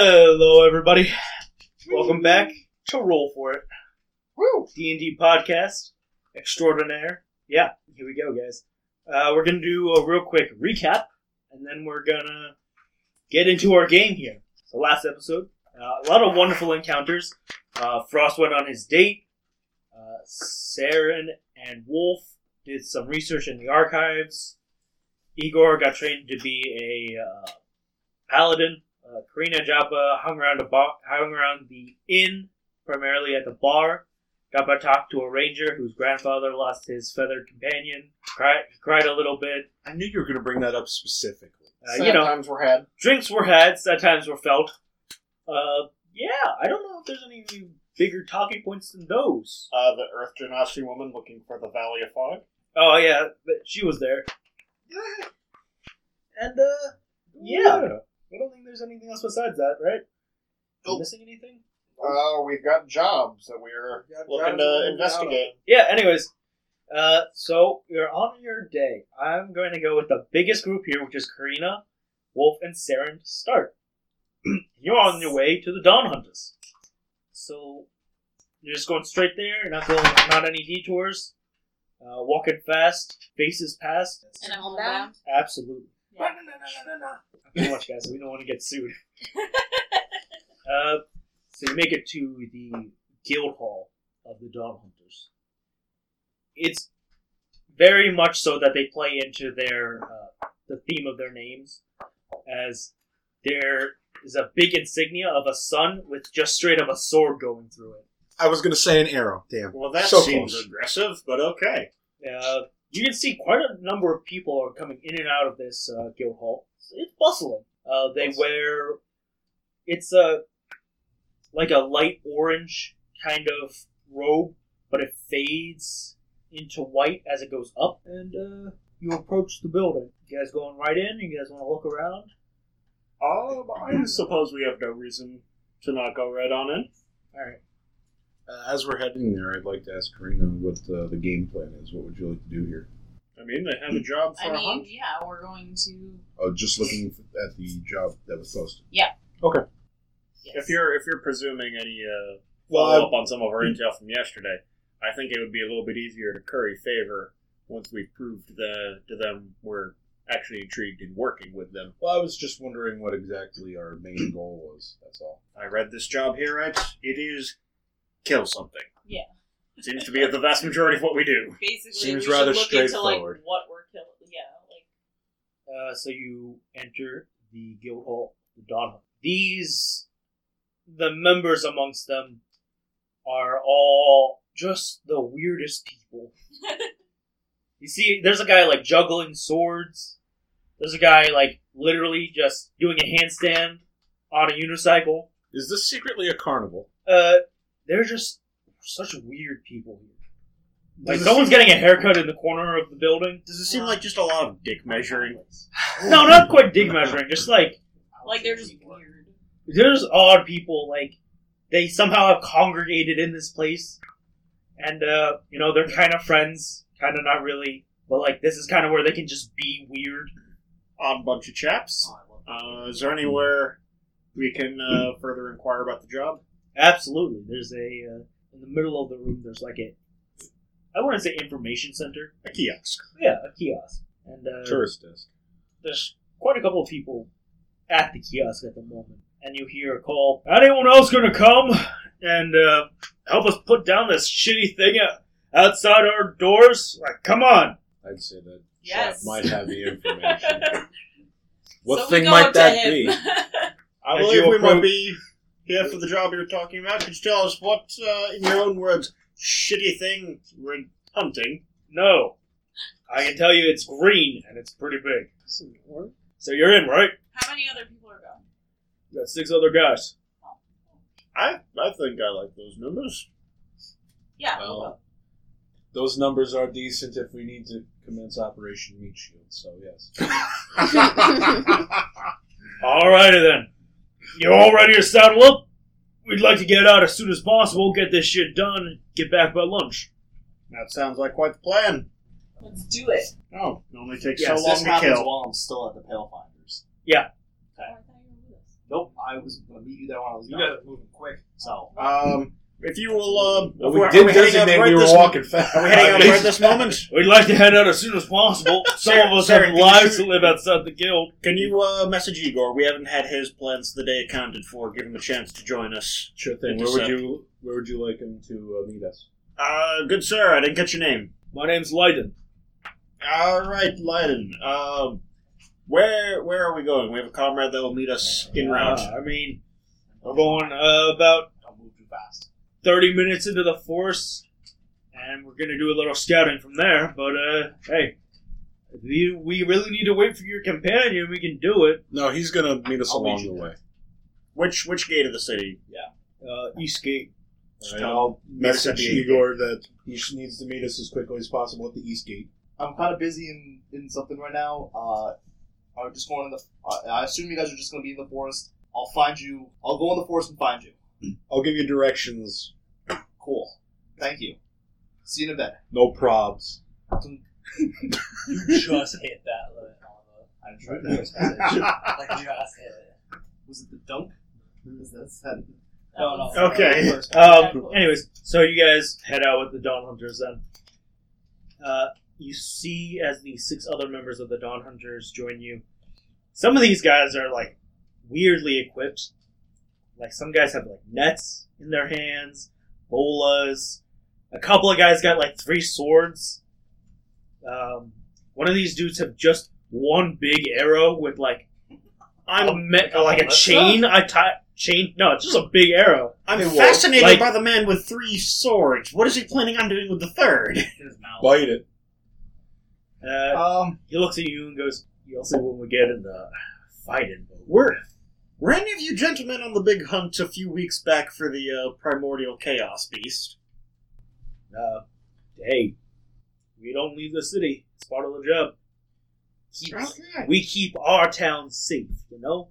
Hello, everybody. Welcome back to Roll for It, Woo! D and D podcast extraordinaire. Yeah, here we go, guys. Uh, we're gonna do a real quick recap, and then we're gonna get into our game here. The last episode, uh, a lot of wonderful encounters. Uh, Frost went on his date. Uh, Saren and Wolf did some research in the archives. Igor got trained to be a uh, paladin. Uh, Karina Jabba hung around the bar, hung around the inn, primarily at the bar. Jabba talked to a ranger whose grandfather lost his feathered companion. Cried, cried a little bit. I knew you were going to bring that up specifically. Uh, you know, times were had. drinks were had, sad times were felt. Uh, yeah, I don't know if there's any bigger talking points than those. uh, the Earth Genasi woman looking for the Valley of Fog. Oh yeah, but she was there. And uh, yeah, I don't think there's anything else besides that, right? Am I Missing anything? Uh, we've got jobs that we're Looking to investigate. Yeah. Anyways, uh, so you're on your day. I'm going to go with the biggest group here, which is Karina, Wolf, and Saren to start. you're on your way to the Dawn Hunters. So you're just going straight there. You're not going, not any detours. Uh, walking fast, faces past. And I'm on the ground. Absolutely. Yeah. Too much, guys. We don't want to get sued. uh, so you make it to the guild hall of the Dawn Hunters. It's very much so that they play into their uh, the theme of their names, as there is a big insignia of a sun with just straight up a sword going through it. I was going to say an arrow. Damn. Well, that So seems close. aggressive, but okay. Uh, you can see quite a number of people are coming in and out of this uh, guild hall. It's, it's bustling. Uh, they wear it's a like a light orange kind of robe, but it fades into white as it goes up, and uh, you approach the building. You guys going right in? You guys want to look around? Um, I suppose we have no reason to not go right on in. All right. Uh, as we're heading there, I'd like to ask Karina what uh, the game plan is. What would you like to do here? I mean, they Hmm. have a job for I a hunt. mean, yeah, we're going to. Oh, just looking at the job that was posted. Yes. If you're if you're presuming any uh, Well, follow up on some of our intel from yesterday, I think it would be a little bit easier to curry favor once we've proved the, to them we're actually intrigued in working with them. Well, I was just wondering what exactly our main goal was. That's all. I read this job here, right? It is kill something. Yeah. Seems to be the vast majority of what we do. basically Seems we should rather look into like straightforward. what we're killing. Yeah, Uh, so you enter the guild hall, the Dawn Hall. These, the members amongst them, are all just the weirdest people. you see, there's a guy like juggling swords. There's a guy like literally just doing a handstand on a unicycle. Is this secretly a carnival? Uh, they're just such weird people here. Like Does it someone's seem- getting a haircut in the corner of the building. Does it seem like just a lot of dick measuring? Oh No, not quite dig measuring. Just like like like they're just weird. there's odd people like they somehow have congregated in this place and uh you know they're kind of friends kind of not really but like this is kind of where they can just be weird Odd bunch of chaps. Uh, is there anywhere we can uh, further inquire about the job? absolutely there's a uh, in the middle of the room there's like a i wouldn't say information center A kiosk. yeah a kiosk and uh Tourist desk. there's quite a couple of people at the kiosk at the moment, and you hear a call. Anyone else gonna come and uh, help us put down this shitty thing o- outside our doors? Like, come on! I'd say that Yes. Chad might have the information. what So we thing go might up to that him. be? As I believe you we approach- might be here for the job you're talking about. Could you tell us what, uh, in your own words, shitty thing we're hunting? No, I can tell you it's green and it's pretty big. So you're in, right? How many other people are going? You got six other guys. I I think I like those numbers. Yeah. Well, we'll go. Those numbers are decent if we need to commence Operation Meat Shield. So yes. Alrighty then. You all ready to saddle up? We'd like to get out as soon as possible, get this shit done, and get back by lunch. That sounds like quite the plan. Let's do it. Oh, it only takes Yes, so long this to happens kill. while I'm still at the Pale Finders. Oh, I thought you were with us. Nope, I was going to meet you there when I was Oh, You done. guys are moving quick. So Um, if you will, um, Well, if we we're- are did heading out designate right we were this mo- walking fast. Are we heading out right this moment? We'd like to head out as soon as possible. Some Sarah- of us Sarah, have can you lives shoot- to live outside the guild. Can you uh, message Igor? We haven't had his plans the day accounted for. Give him a chance to join us. Sure thing. Where would you Where would you like him to uh, meet us? Uh, good sir, I didn't get your name. My name's Leiden. All right, Leiden. Um, where where are we going? We have a comrade that will meet us in route. Uh, I mean, we're going uh, about don't move too fast. 30 minutes into the forest, and we're going to do a little scouting from there. But, uh, hey, if you, we really need to wait for your companion. We can do it. No, he's gonna meet us I'll meet along you the way. Which which gate of the city? Uh, Eastgate. Alright, I'll message Meet us at the Igor that he sh- needs to meet us as quickly as possible at the east gate. I'm kind of busy in, in something right now. Uh, I'm just going in the. Uh, I assume you guys are just going to be in the forest. I'll find you. I'll go in the forest and find you. I'll give you directions. Cool. Thank you. See you in a bit. No probs. You just hit that limit on the. I tried that. Like, just hit it. Was it the dunk? Was that said? No, no. Okay. First. Um, anyways, so you guys head out with the Dawn Hunters then. Uh, you see as the six other members of the Dawn Hunters join you. Some of these guys are like weirdly equipped. Like some guys have like nets in their hands, bolas. A couple of guys got like three swords. Um, one of these dudes have just one big arrow with like I'm like a chain. I tie chain. No, it's just a big arrow. I'm Hey, Wolf. fascinated Like- by the man with three swords. What is he planning on doing with the third? His mouth. Bite it. Uh, Um, he looks at you and goes, "You also when we get in the fighting mode." Were were any of you gentlemen on the big hunt a few weeks back for the uh, primordial chaos beast? Uh, hey, we don't leave the city. It's part of the job. Keeps, we keep our town safe, you know.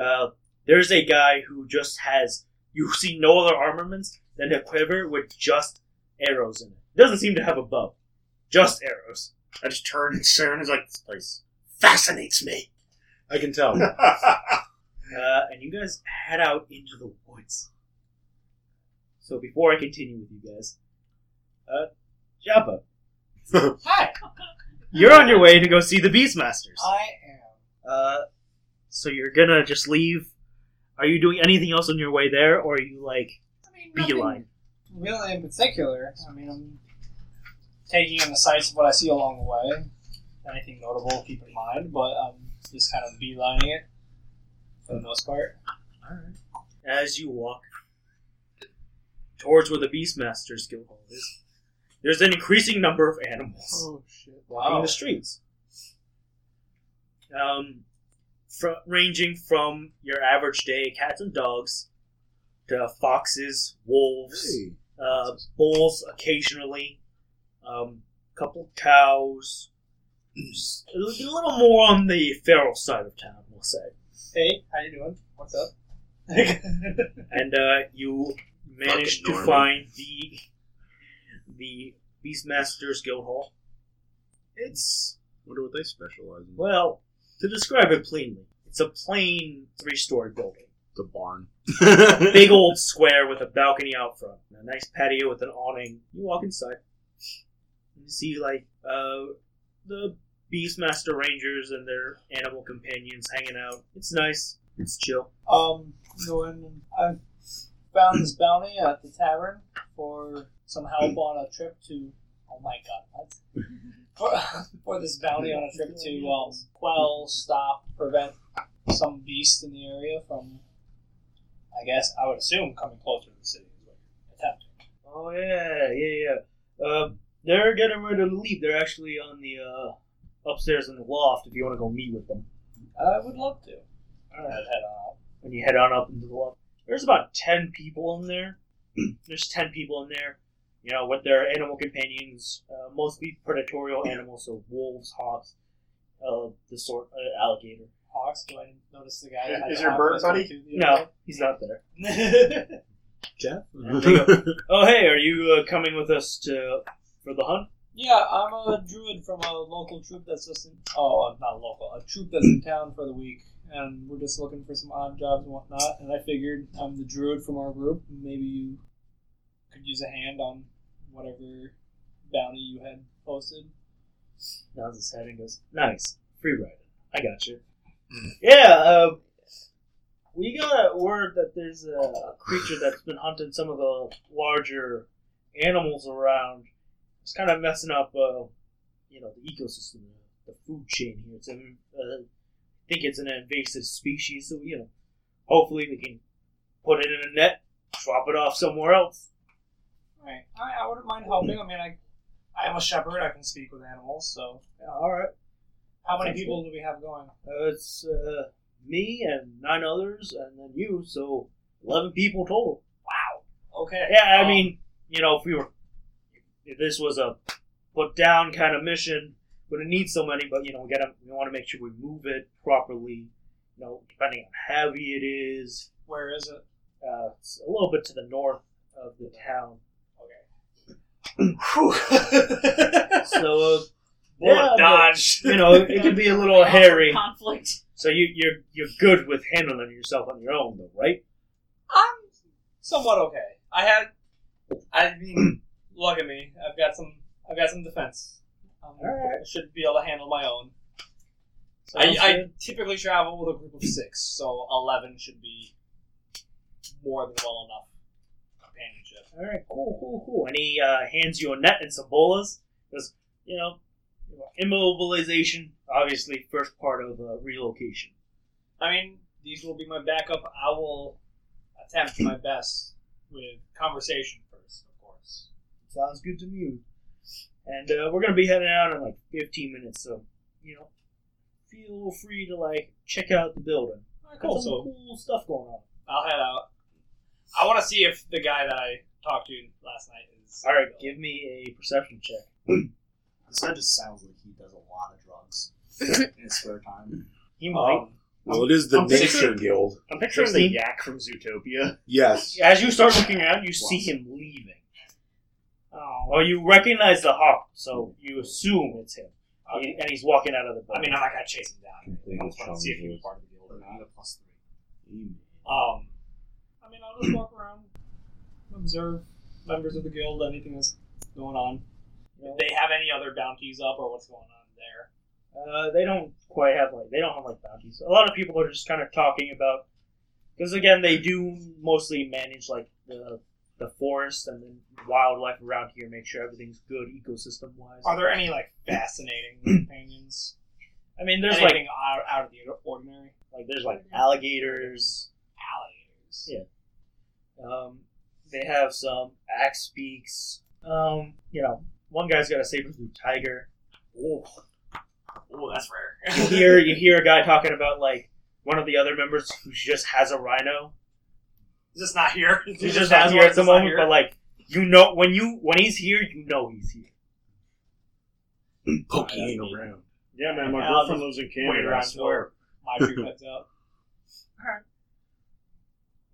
Uh, there's a guy who just has you see no other armaments than a quiver with just arrows in it. Doesn't seem to have a bow, just arrows. I just turned and stared and was like, this place fascinates me. I can tell. Uh, and you guys head out into the woods. So before I continue with you guys, uh, Jabba, Hi, you're on your way to go see the Beastmasters. I am. Uh, so you're gonna just leave. Are you doing anything else on your way there, or are you like I mean, nothing beeline? Really, in particular. I mean, I'm taking in the sights of what I see along the way. Anything notable, keep in mind, but I'm just kind of beelining it for the most part. As you walk towards where the Beastmasters guild hall is, there's an increasing number of animals. shit! in Wow. the streets. Um, fr ranging from your average day cats and dogs to foxes, wolves, Hey. uh, bulls occasionally, um, couple cows. s- A little a little more on the feral side of town, we'll say. Hey, how you doing? What's up? and uh, you manage Fucking to Norman. find the the Beastmasters Guild Hall. It's Wonder what they specialize in. Well, to describe it plainly, it's a plain three story building. The barn. Big old square with a balcony out front, and a nice patio with an awning. You walk inside. and You see, like, uh, the Beastmaster Rangers and their animal companions hanging out. It's nice. It's chill. Um, going. I found this bounty at the tavern for some Mm. help on a trip to. Oh my god, what? For, for this bounty on a trip to um, quell, stop, prevent some beast in the area from. I guess I would assume coming closer to the city is what you're attempting. Oh, yeah, yeah, yeah. Uh, they're getting ready to leave. They're actually on the, uh, upstairs in the loft if you want to go meet with them. I would love to. I'd Alright. head on out. when you head on up into the loft. There's about ten people in there. There's ten people in there. You know, with their animal companions, uh, mostly predatory animals, so wolves, hawks, uh, the sort, uh, alligator. Hawks, do I notice the guy? Is- had is the your hawk bird with him buddy? to the No, he's not there. other? Jeff? Oh, hey, are you uh, coming with us to for the hunt? Yeah, I'm a druid from a local troop that's just in. Oh, uh, not local. A troop that's in town for the week, and we're just looking for some odd jobs and whatnot. And I figured I'm the druid from our group. Maybe you could use a hand on whatever bounty you had posted. Nods his head and goes, "Nice, free ride. I got you." yeah, uh, we got a word that there's a creature that's been hunting some of the larger animals around. It's kind of messing up, uh, you know, the ecosystem, the food chain here. It's, an- uh, I think it's an invasive species, so you know, hopefully we can put it in a net, drop it off somewhere else. Right. I, I wouldn't mind helping. I mean, I, I am a shepherd. I can speak with animals. So, Yeah, all right. how many Sounds people do we have going? Uh, it's uh, me and nine others, and then you, so eleven people total. Okay. Yeah, I Um, mean, you know, if we were, if this was a put down kind of mission, wouldn't need so many. But you know, we gotta, we want to make sure we move it properly. You know, depending on how heavy it is, where is it? uh, it's a little bit to the north of the town. So uh, yeah, but, dodge. you know, it can be a little hairy. Conflict. So you, you're you're good with handling yourself on your own, though, right? I'm Um, somewhat okay. I had, I mean, look at me. I've got some, I've got some defense. Um, I should be able to handle my own. I, Sounds I good. typically travel with a group of six, so eleven should be more than well enough companionship. All right, cool, cool, cool. And he uh, hands you a net and some bolas. Because, you know, immobilization, obviously, first part of uh, relocation. I mean, these will be my backup. I will attempt my best with conversation first, of course. Sounds good to me. And uh, we're going to be heading out in like 15 minutes, so, you know, feel free to, like, check out the building. Alright, Got cool. some So cool stuff going on. I'll head out. I want to see if the guy that I talked to last night is. All right, give me a perception check. This guy just sounds like he does a lot of drugs in his spare time. He might. Well, it is the I'm Nation picturing- Guild. I'm picturing the 16. yak from Zootopia. Yes. As you start looking around, you see him leaving. Oh, Well, you recognize the hawk, so you assume it's him. okay. And he's walking out of the I building. mean, I'm not gonna chase him down. Completely I just want to see if he was challenged. part of the guild or not. plus three. Um, I mean, I'll just walk around, observe members of the guild, anything that's going on. If they have any other bounties up or what's going on there. Uh, they don't quite have like they don't have like bounties. A lot of people are just kind of talking about because again they do mostly manage like the the forest and then wildlife around here, make sure everything's good ecosystem wise. Are there any like fascinating companions? I mean, there's There's like anything out, out of the ordinary? like there's like alligators. Alligators. Yeah. Um, they have some axe beaks. Um, you know, one guy's got a saber tooth tiger. Oh, that's You rare. hear you hear a guy talking about like one of the other members who just has a rhino. Is this not here? He's just not here at the It's not moment, here? but like you know when you when he's here, you know he's here. Poking around. Yeah, man, Yeah, my I'll girlfriend lives in wait Canada. I around swear. till my food comes out.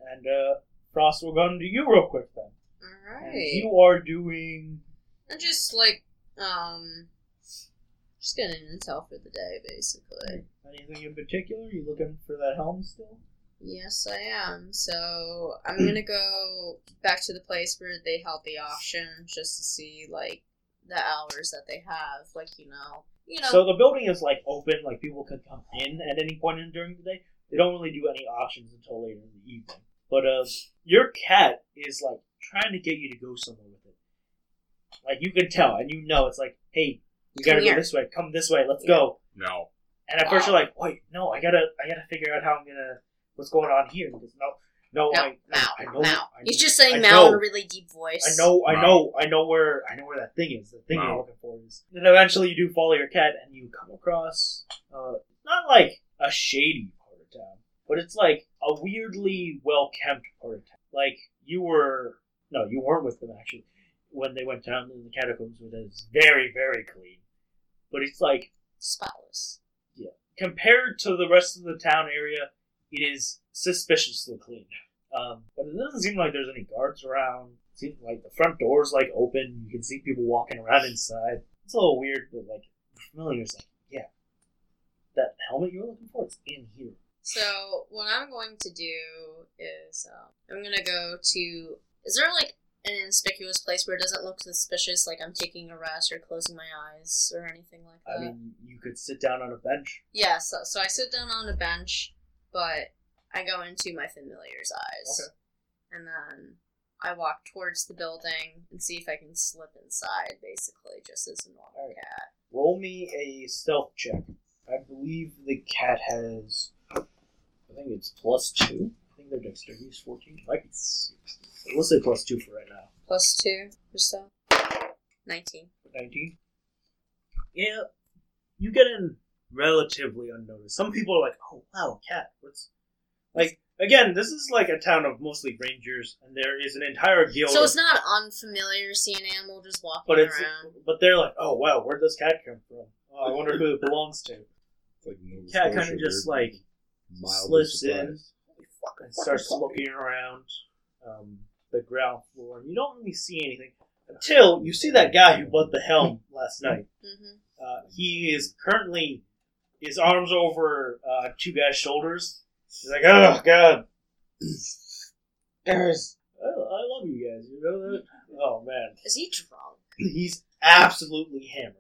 And uh Frost will gun to you real quick then. And Alright. you are doing I'm just like, um, just getting intel for the day, basically. anything in particular? You looking for that helm still? Yes, I am. So I'm gonna go back to the place where they held the auction just to see like the hours that they have, like you know, you know. So the building is like open, like people can come in at any point in during the day. They don't really do any auctions until later in the evening. But uh, your cat is like trying to get you to go somewhere with it. Like you can tell, and you know it's like, hey, we Come gotta go here. this way. Come this way. Let's Yeah. go. No. And at first you're like, wait, no, I gotta, I gotta figure out how I'm gonna, what's going on here? Because no, no, No, I, Mao, I know, Mao. I know, He's just I saying Mao in know. a really deep voice. I know, I Mao. know, I know where, I know where that thing is. The thing you're Mao. looking for is. And eventually you do follow your cat, and you come across, uh, not like a shady part of town, but it's like a weirdly well kept part of town. Like you were, no, you weren't with them actually when they went down in the catacombs, where it was very, very clean. But it's like Spotless. compared to the rest of the town area, it is suspiciously clean. Um, but it doesn't seem like there's any guards around. It seems like the front door's like open. You can see people walking around inside. It's a little weird, but like familiar's like, yeah, that helmet you were looking for, it's in here. So what I'm going to do is um, I'm gonna go to. Is there like an inconspicuous place where it doesn't look suspicious? Like I'm taking a rest or closing my eyes or anything like that. I mean, you could sit down on a bench. yeah. So so I sit down on a bench, but I go into my familiar's eyes, and then I walk towards the building and see if I can slip inside, basically, just as a normal Alright. cat. Roll me a stealth check. I believe the cat has. I think it's plus two. I think their dexterity is 14. I can see. Let's say plus two for right now. Plus two or so. Nineteen. 19. Yeah, you get in relatively unnoticed. Some people are like, oh, wow, a cat. What's. Like, again, this is like a town of mostly rangers, and there is an entire guild. So of- it's not unfamiliar seeing an animal just walking but it's around. but they're like, oh wow, where'd this cat come from? Oh, I wonder who it belongs to. Like no Cat kinda disclosure, just, they're like, mildly slips surprised. and starts looking around um, the ground floor. And you don't really see anything until you see that guy who bought the helm last night. Mm-hmm. Uh, he is currently his arms over uh, two guys' shoulders. He's like, oh god, guys, I, I love you guys. You know that? Oh man, Is he drunk? he's absolutely hammered.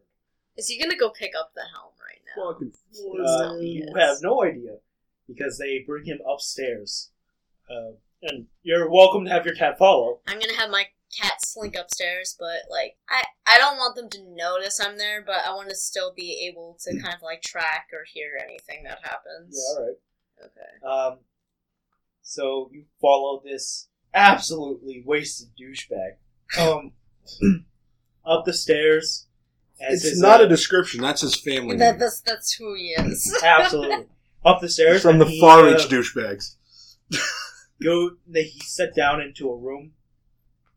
Is he gonna go pick up the helm right now? Fucking Uh, Yes. you have no idea because they bring him upstairs. Uh, and you're welcome to have your cat follow. I'm gonna have my cat slink upstairs, but like I I don't want them to notice I'm there, but I want to still be able to kind of like track or hear anything that Mm. happens. Yeah, all right. Okay. Um, so you follow this absolutely wasted douchebag Um, up the stairs. as It's his, not uh, a description. That's his family. That, name. that's that's who he is. absolutely up the stairs From the and he, Far uh, Reach douchebags. go that he set down into a room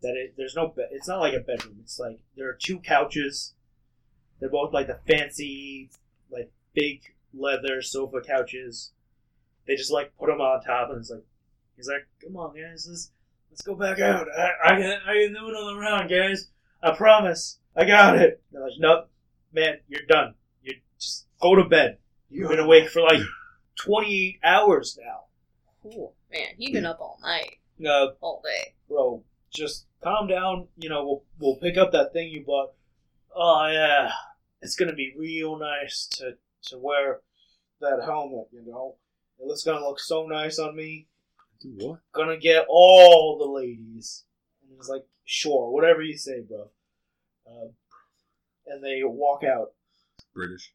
that it, there's no bed. It's not like a bedroom. It's like there are two couches. They're both like the fancy, like big leather sofa couches. They just like put them on top, and it's like he's like, "Come on, guys, let's let's go back out. I I can I can do another round, guys. I promise. I got it." They're like, "Nope, man, you're done. You just go to bed. You've been awake for like twenty eight hours now." cool, man. He's been up all night, Uh, all day. bro, just calm down. You know, we'll we'll pick up that thing you bought. Oh yeah, it's gonna be real nice to to wear that helmet. You know, it looks gonna look so nice on me. Do what? Gonna get all the ladies. And he's like, sure, whatever you say, bro. Um, and they walk out. British.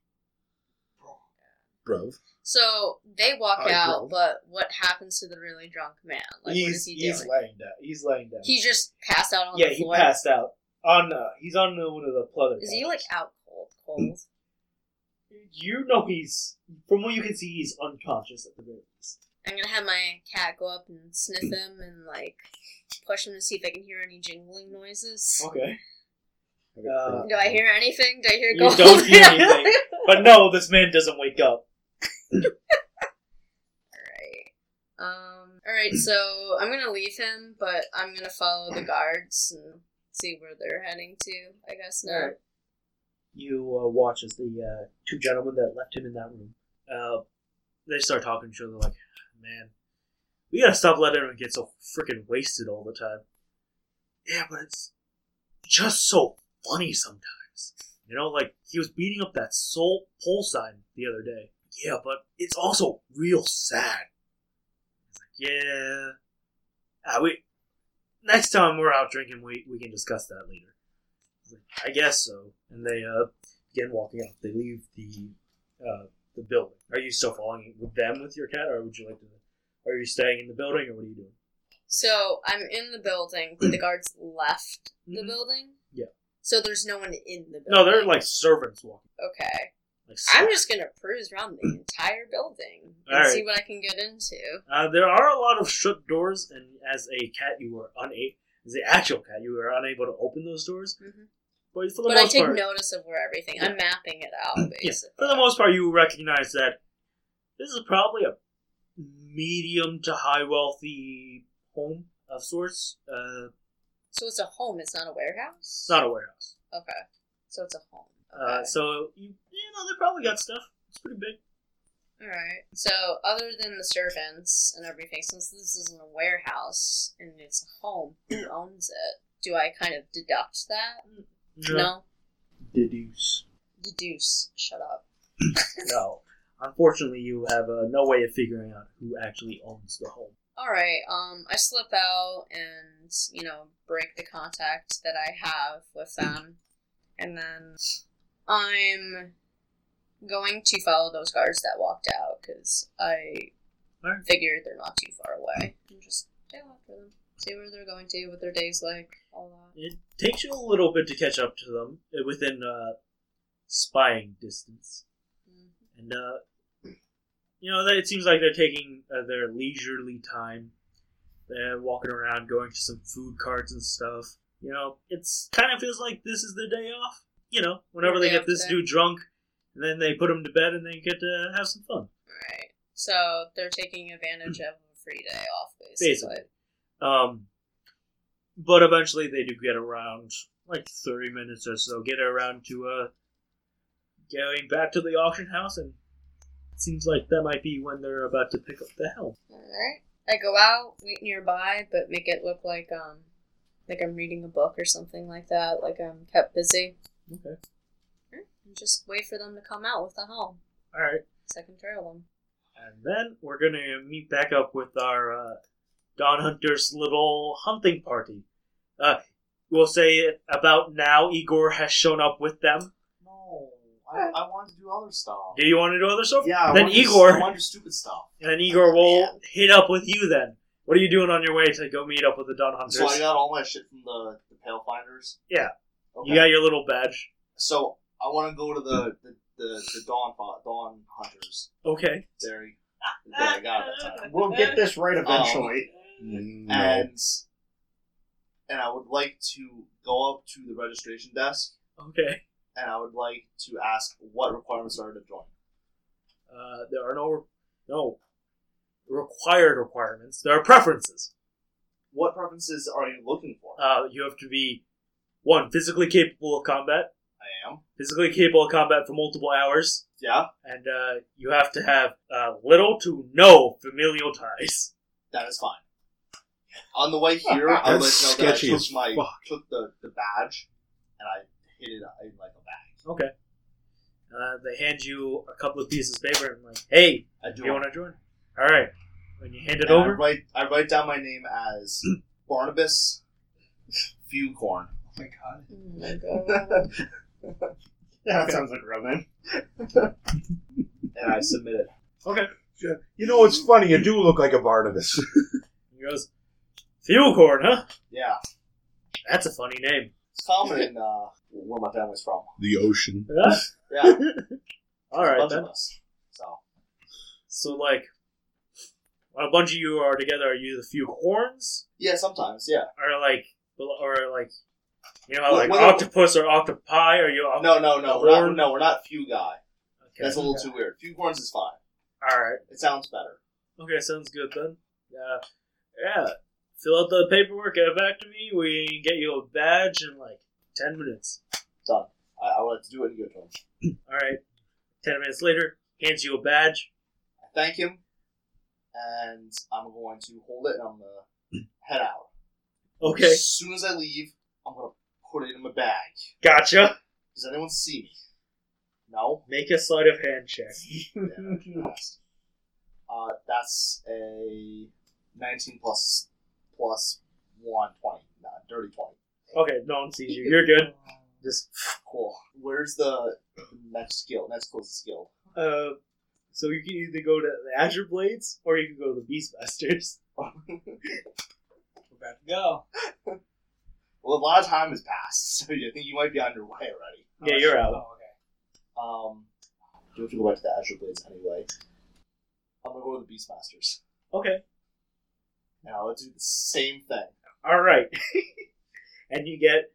Bruv. So they walk I out, drove. but what happens to the really drunk man? Like, what is he's he he's doing? laying down. He's laying down. He just passed out on yeah, the he floor. passed out. On uh, he's on the, one of the Mm. pleather. Is he couches. like out cold? Cold. You know he's from what you can see he's unconscious at the very least. I'm gonna have my cat go up and sniff him and like push him to see if I can hear any jingling noises. Okay. Uh, Do I hear anything? Do I hear You gold? don't hear anything. But no, this man doesn't wake up. Alright. Um, Alright, so I'm gonna leave him, but I'm gonna follow the guards and see where they're heading to, I guess now. Alright. You uh, watch as the uh, two gentlemen that left him in that room. Uh, they start talking to each other like, man, we gotta stop letting him get so freaking wasted all the time. Yeah, but it's just so funny sometimes. You know, like he was beating up that soul pole sign the other day. Yeah, but it's also real sad. It's like, yeah. Ah, we next time we're out drinking, we we can discuss that later. It's like, I guess so. And they uh begin walking out. They leave the uh the building. Are you still following with them with your cat, or would you like to? Are you staying in the building, or what are you doing? So I'm in the building, but the guards left the Mhm. building? Yeah. So there's no one in the building. No, they're like servants walking. Okay. Like I'm just gonna peruse around the entire building and Alright. see what I can get into. Uh, there are a lot of shut doors, and as a cat, you are unable. As the actual cat, you are unable to open those doors. Mhm. But for the But I most take part, notice of where everything. I'm mapping it out Yeah, basically. for the most part, you recognize that this is probably a medium to high wealthy home of sorts. Uh, So it's a home. It's not a warehouse. it's not a warehouse, Okay. So it's a home. Okay. uh, so you you know they probably got stuff. It's pretty big. Alright. So, other than the servants and everything, since this isn't a warehouse and it's a home, who owns it? Do I kind of deduct that? No? Deduce. Deduce. Shut up. No. Unfortunately, you have uh, no way of figuring out who actually owns the home. all right um i slip out and you know break the contact that i have with them and then i'm going to follow those guards that walked out because i All right. figured they're not too far away and just go after them see where they're going to what their day's like all that It takes you a little bit to catch up to them uh, within uh, spying distance, Mhm. and uh, you know that it seems like they're taking uh, their leisurely time. They're walking around, going to some food carts and stuff. You know, it's kind of feels like this is their day off. You know, whenever Their they day get off this today. dude drunk, and then they put him to bed, and they get to have some fun. Alright. so they're taking advantage of a free day off basically, Basically. Um, but eventually they do get around, like 30 minutes or so, get around to uh, going back to the auction house, and it seems like that might be when they're about to pick up the helm. Alright. I go out, wait nearby, but make it look like um like I'm reading a book or something like that, like I'm kept busy. Okay. Alright, And just wait for them to come out with the helm. All right. So I can trail them. And then we're going to meet back up with our uh, Don Hunter's little hunting party. Uh, we'll say about now Igor has shown up with them. No, I, I want to do other stuff. Do you want to do other stuff? Yeah, I Then wanna do- Igor- I want to do stupid stuff. And then Igor will Yeah. hit up with you then. What are you doing on your way to go meet up with the Don Hunters? So I got all my shit from the, the Pale Finders. Yeah. Okay. You got your little badge. So I want to go to the the, the, the Dawn Fa- Dawn Hunters. Okay. There, there I got it that time. We'll get this right eventually. No. And and I would like to go up to the registration desk Okay. and I would like to ask what requirements are to join. Uh, there are no no required requirements. There are preferences. What preferences are you looking for? Uh, you have to be one physically capable of combat, I am. physically capable of combat for multiple hours, Yeah, and uh, you have to have uh, little to no familial ties. that is fine. On the way here, I would like That's to know that I sketchy took as my fuck. took the, the badge and I hid it in like a bag. Okay. Uh, they hand you a couple of pieces of paper and like, hey, I do do you want to join? All right. When you hand it And I over, write I write down my name as Barnabas Fewcorn. Oh my god. Oh my Mm-hmm. god. Yeah, that sounds like a real name. And I submit it. You know what's funny? You do look like a Barnabas. he goes, Fuelcorn, huh? Yeah. That's a funny name. It's common in uh, where my family's from. the ocean. Yeah? Yeah. All a right bunch then. of us. So So like, when a bunch of you are together, are you the few horns, yeah, sometimes yeah. or like, or like, you know, how, Well, like well, octopus or octopi? Are you? Oct- No, no, no. We're not, no, we're not few guy. Oh. Okay. That's a little too weird. Few corns is fine. All right. It sounds better. Okay, sounds good then. Yeah, yeah. Fill out the paperwork. Get it back to me. We can get you a badge in like ten minutes. Done. I, I would like to do it in good terms. All right. Ten minutes later, hands you a badge. I thank him, and I'm going to hold it and I'm gonna head out. Okay, As soon as I leave, I'm gonna put it in my bag. gotcha. Does anyone see me? No. Make a sleight of hand check. Yeah, that's- uh, that's a 19 plus plus one twenty. Nah, dirty twenty. Okay, no one sees you. You're good. Just Cool. Where's the next skill? Next closest skill. Uh, so you can either go to the Azure Blades or you can go to the Beastmasters. We're about to go. Well, a lot of time has passed, so I think you might be on your way already. Yeah, you're out. Oh, okay. Um, you have to go back to the Azure Blades anyway. I'm gonna go to the Beastmasters. Okay. Now let's do the same thing. All right. and you get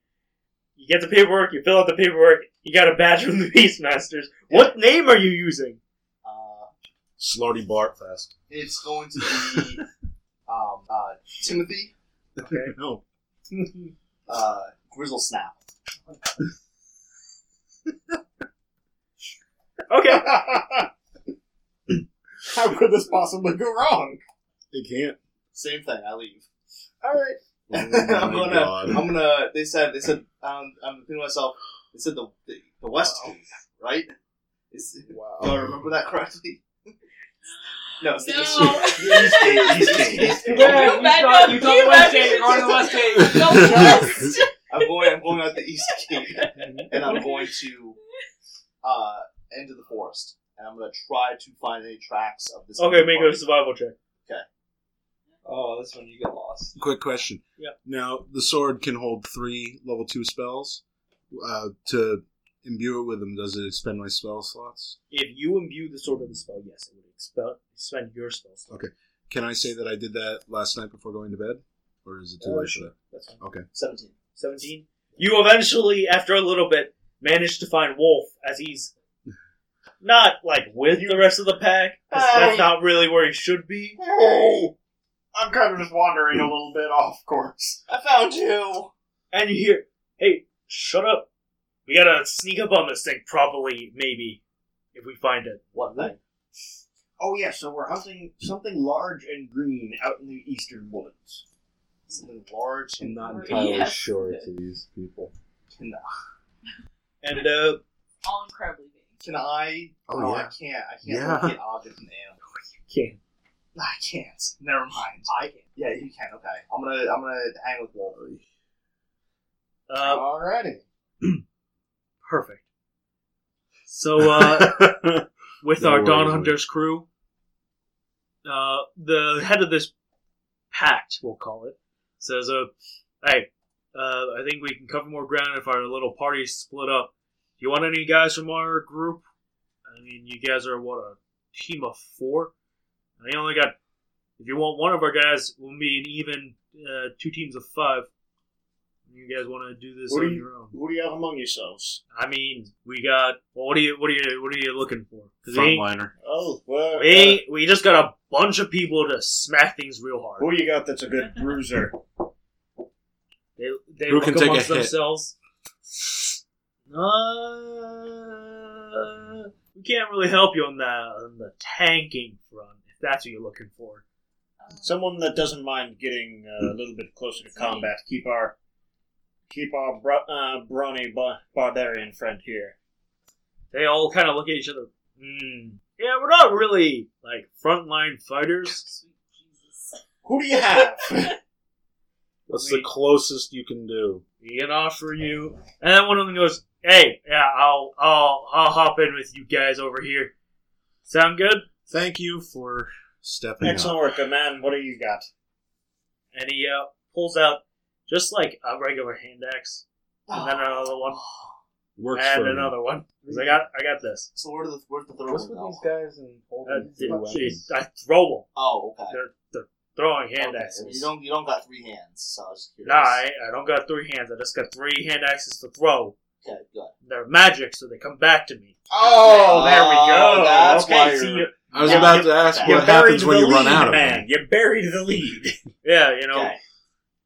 you get the paperwork. You fill out the paperwork. You got a badge from the Beastmasters. What name are you using? Uh, Slarty Bartfest. it's going to be um, uh, Timothy No. uh, Grizzle Snap. Okay. How could this possibly go wrong? They can't. Same thing. I leave. All right. I'm gonna. Mm-hmm. I'm gonna. They said. They said. Um, I'm thinking to myself. They said the the, the West Keys, right? Is, Do I Wow. remember that correctly? no, it's the No. East Keys. East Gate, East Gate, East Gate. Yeah, you thought- you thought the West Gate, You're going to the West Go Gate. west. I'm going. I'm going out the East Gate, and I'm going to uh into the forest, and I'm gonna try to find any tracks of this. Okay, make a party. survival check. Oh, this one you get lost. Quick question. Yeah. Now the sword can hold three level two spells. Uh, to imbue it with them, does it expend my spell slots? If you imbue the sword of the spell, yes, it would expel, expend your spell slot. Okay. Can I say that I did that last night before going to bed, or is it too Uh, late for that? That's fine. Seventeen. 17. You eventually, after a little bit, manage to find Wolf as he's not like with the rest of the pack. 'cause That's not really where he should be. Oh, I'm kind of just wandering a little bit off course. I found you. And you hear, hey, shut up. We gotta sneak up on this thing properly, maybe, if we find it. What thing? Oh yeah, so we're hunting something large and green out in the eastern woods. Something large and not entirely Yes. sure to these people. And uh, All incredibly big. Can I? Oh, no, I yeah. can't. I can't Yeah. locate objects and animals. can't. I can't. Never mind. I can. Yeah, you can. Okay. I'm gonna. I'm gonna hang with Wolverine. Oh. Uh, Alrighty. perfect. So, uh, with No our Dawn worries, Hunters crew. Uh, the head of this pact, we'll call it, says, uh, "Hey, uh, I think we can cover more ground if our little party split up. You want any guys from our group? I mean, you guys are what a team of four. I only got. If you want one of our guys, we'll be an even uh, two teams of five. You guys want to do this What do on you- your own? Who do you have among yourselves? I mean, we got. Well, what are you? What are you? What are you looking for? 'Cause we ain't- Frontliner. Oh, well, we ain't, we just got a bunch of people to smack things real uh, hard. who you got that's a good bruiser? They they Who look can take a amongst hit? themselves. Uh, we can't really help you on the on the tanking front if that's what you're looking for. Um, Someone that doesn't mind getting uh, a little bit closer to combat. Keep our keep our bra- uh, brawny ba- barbarian friend here. They all kind of look at each other. Hmm. Yeah, we're not really like frontline fighters. sweet Jesus. Who do you have? What's We- the closest you can do? We can offer you, and then one of them goes, "Hey, yeah, I'll I'll I'll hop in with you guys over here. Sound good?" Thank you for stepping Excellent up. work, good man. What do you got? and he uh, pulls out just like a regular hand axe, and then another one, Works and for me. another one. 'Cause I got, I got this. So where do the where's the third What's one with go? these guys and Uh, holding th- weapons? geez, I throw Oh, okay. them. They're, they're throwing hand Okay, axes. You don't. You don't got three hands. So I was curious. Nah, I, I don't got three hands. I just got three hand axes to throw. Okay. Good. They're magic, so they come back to me. Oh, there we go. that's why see, you're- you- I was Yeah, about you- to ask You what happens buried when the you run lead, out of man. them. You buried the lead. yeah, you know, Okay.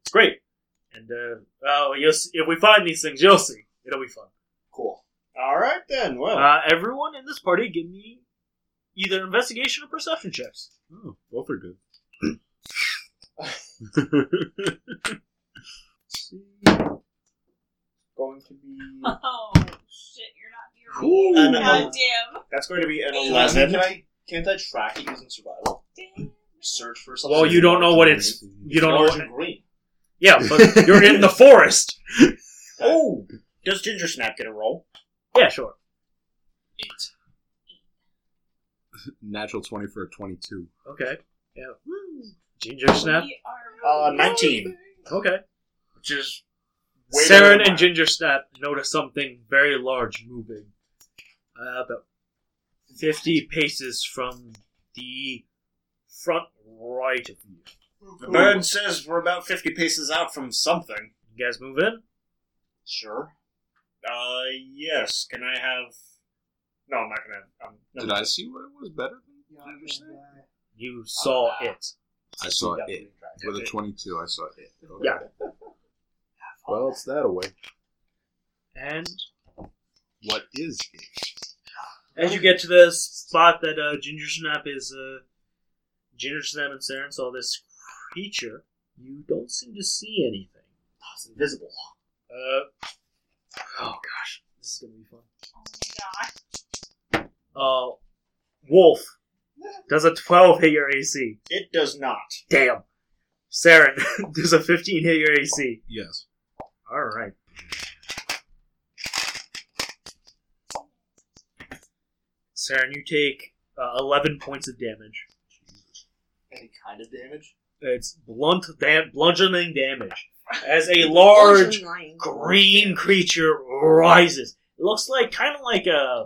it's great. And uh, oh, you'll see, if we find these things, you'll see. It'll be fun. Cool. All right then. Well, Uh, everyone in this party, give me either investigation or perception checks. Oh, both are good. going to be Oh shit! You're not near me. Ooh, God an damn. el- that's going to be an Hey, Last name, eleven. can I, can't I track it using survival? Damn. Search for something. Well, you don't know what it's. You don't know. Large What, and green. yeah, but you're in the forest. Oh, does Ginger Snap get a roll? Yeah, sure. Eight. Natural 20 for a 22. Okay. Yeah. Hmm. Ginger snap. We are Uh, nineteen. Okay. Which is way better Saren than and Ginger Snap notice something very large moving, uh, about fifty paces from the front right of you. mine. The bird says we're about fifty paces out from something. You guys move in. Sure. Uh, yes. Can I have? No, I'm not gonna. Um, no. Did I see what it was better than? You saw it. I saw Yeah, it. green track. With a 22, I saw it. Okay. Yeah. Well, it's that away. And What is it? As you get to the spot that uh, Ginger Snap is, uh, Ginger Snap and Saren saw this creature, you don't seem to see anything. It's invisible. Uh, oh gosh, this is gonna be fun. Oh my god. Uh, Wolf does a 12 hit your AC. It does not. Damn. Saren does a 15 hit your AC. Yes. All right. Saren, you take uh, 11 points of damage. Any kind of damage? It's blunt, da- bludgeoning damage. As a large Online. green creature rises. It looks like kind of like a,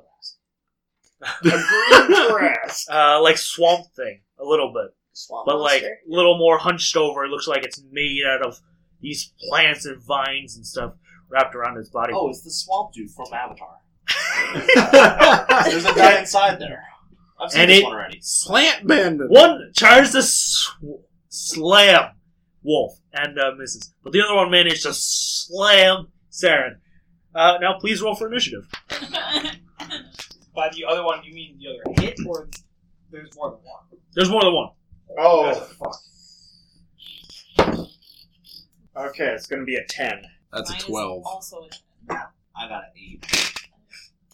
Grass. uh, like swamp thing, a little bit, Swamp but like monster. a little more hunched over. It looks like it's made out of these plants and vines and stuff wrapped around its body. Oh, it's the swamp dude from Avatar. Ah, There's a guy inside there. I've seen And this it- one already. Slant bandit. One tries to sw- slam Wolf and uh, misses, but the other one managed to slam Saren. Uh, now please roll for initiative. By the other one, you mean the other hit, or there's more than one? There's more than one. Oh, fuck. Okay, it's gonna be a 10. That's Mine a is twelve. Also, a 10. I got an eight.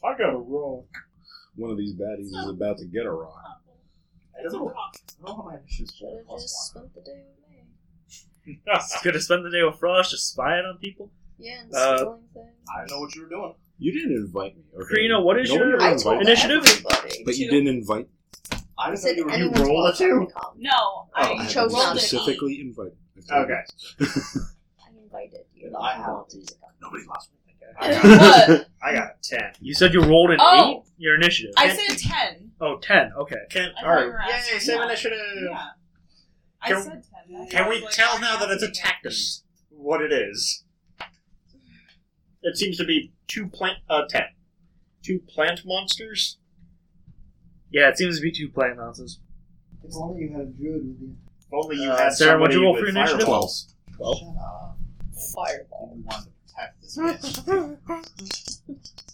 I got a roll. One of these baddies is about to get a um, rock. I don't know, I don't know how my initiative's Should for have just plus spent the day with me. It's gonna spend the day with Frost just spying on people. Yeah, and Uh, stealing things. one. I didn't know what you were doing. You didn't invite me. Okay? Karina, what is No, your you I didn't told invite me. initiative? everybody. But you Two. didn't invite. me. I I didn't know said you were. anyone's rolled rolled a two. um, No, Oh, I I have chose rolled been not an to. eight. specifically invited. Okay. I invited you. And I have to use a gun. Nobody lost me. What? I got a 10. You said you rolled an Oh. eight. Your initiative. I said ten. oh, 10. Okay. 10. I thought you Alright. were asking. Yay, same Yeah. initiative! Yeah. I Mm. Can- said ten. Can I we was like, tell I'm now that it's asking attacked us? What it is? It seems to be two plant, uh, 10. Two plant monsters? Yeah, it seems to be two plant mountains. If only you had a druid with you. If only you Uh, had Sarah, somebody what'd you roll with for initiative? fireballs. Fireball. We wanted to protect this bitch.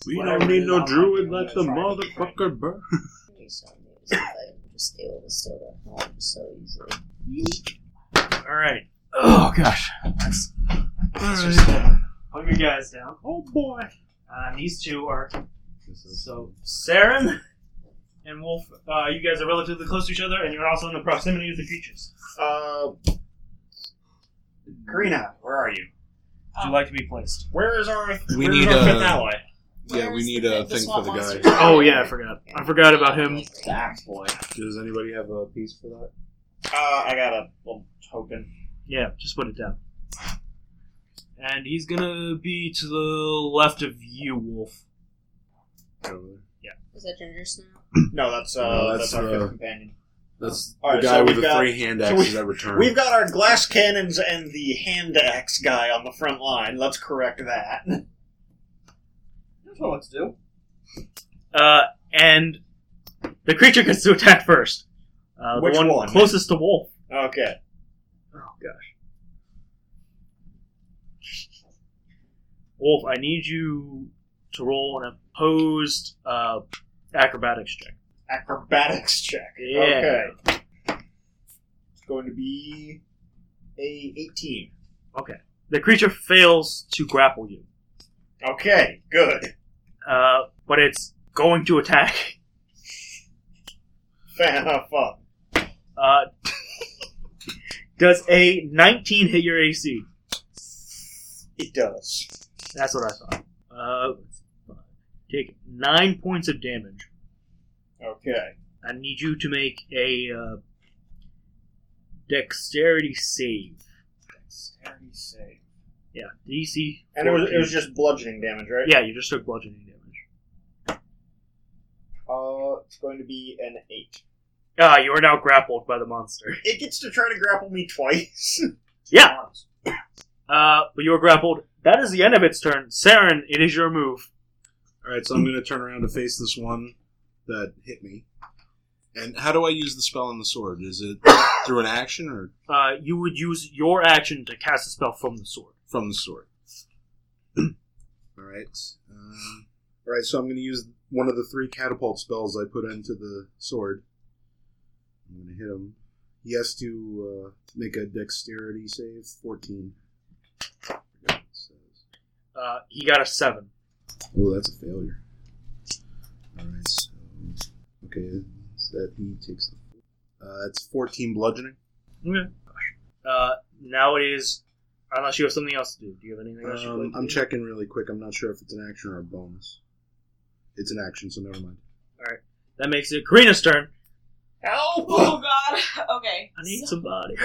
We Whatever don't it need is, no I'm druid. not Let the gonna try to motherfucker burn. It'd be so amazing if I could just be able to steal that home so easily. All right. Oh, gosh. Just, uh, Put your guys down. Oh, boy. Uh, these two are. So, Saren and Wolf, uh, you guys are relatively close to each other, and you're also in the proximity of the creatures. Uh, Karina, where are you? Would Um, you like to be placed? Where is our We where is need our fifth a- ally? Yeah, we Where's need the- a the thing for swamp the monster? guy. Oh, yeah, I forgot. I forgot about him. The axe boy. Does anybody have a piece for that? Uh, I got a little token. Yeah, just put it down. And he's gonna be to the left of you, Wolf. Is that Ginger Snow? No, that's uh, No, that's, that's, our fifth uh, companion. That's All right, the guy so with we've the got- three hand so axes we've- I returned. We've got our glass cannons and the hand axe guy on the front line. Let's correct that. You don't know what to do. Uh, and the creature gets to attack first. Uh, Which the one, one? closest to Wolf. Okay. Oh gosh. Wolf, I need you to roll an opposed uh, acrobatics check. Acrobatics check. Yeah. Okay. It's going to be a eighteen. The creature fails to grapple you, Okay, good. uh, but it's going to attack. Fan fun. Uh, does a 19 hit your AC? It does. That's what I thought. Uh, take nine points of damage. Okay. I need you to make a uh, dexterity save. Dexterity save. Yeah, DC. And it was, it 14. was just bludgeoning damage, right? Yeah, you just took bludgeoning damage. Uh, it's going to be an eight. Ah, you are now grappled by the monster. It gets to try to grapple me twice. Yeah. Uh, but you are grappled. That is the end of its turn. Saren, it is your move. All right, so I'm going to turn around to face this one that hit me. And how do I use the spell on the sword? Is it through an action or Uh, you would use your action to cast a spell from the sword. from the sword? All right. Um, All right, so I'm going to use one of the three catapult spells I put into the sword. I'm going to hit him. He has to uh, make a dexterity save, 14. I forgot what it says. Uh, he got a seven. Oh, that's a failure. All right, so okay, so that he takes. The, uh, that's 14 bludgeoning. Uh, now it is, unless you have something else to do. Do you have anything else? you'd Um, like to I'm do? checking really quick. I'm not sure if it's an action or a bonus. It's an action, so never mind. That makes it Karina's turn. Help! Oh god. Okay. I need somebody.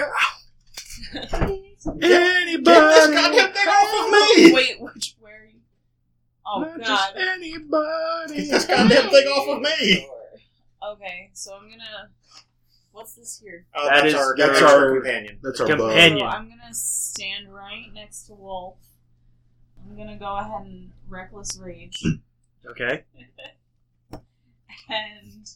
Anybody? thing off of me! Wait, which where are you? Oh Not god. just anybody. Get this goddamn thing off of me! Okay, so I'm gonna. What's this here? Oh, That that's is- our, that's that's our- our companion. That's our Companion. bug. So I'm gonna stand right next to Wolf. I'm gonna go ahead and reckless rage Okay. and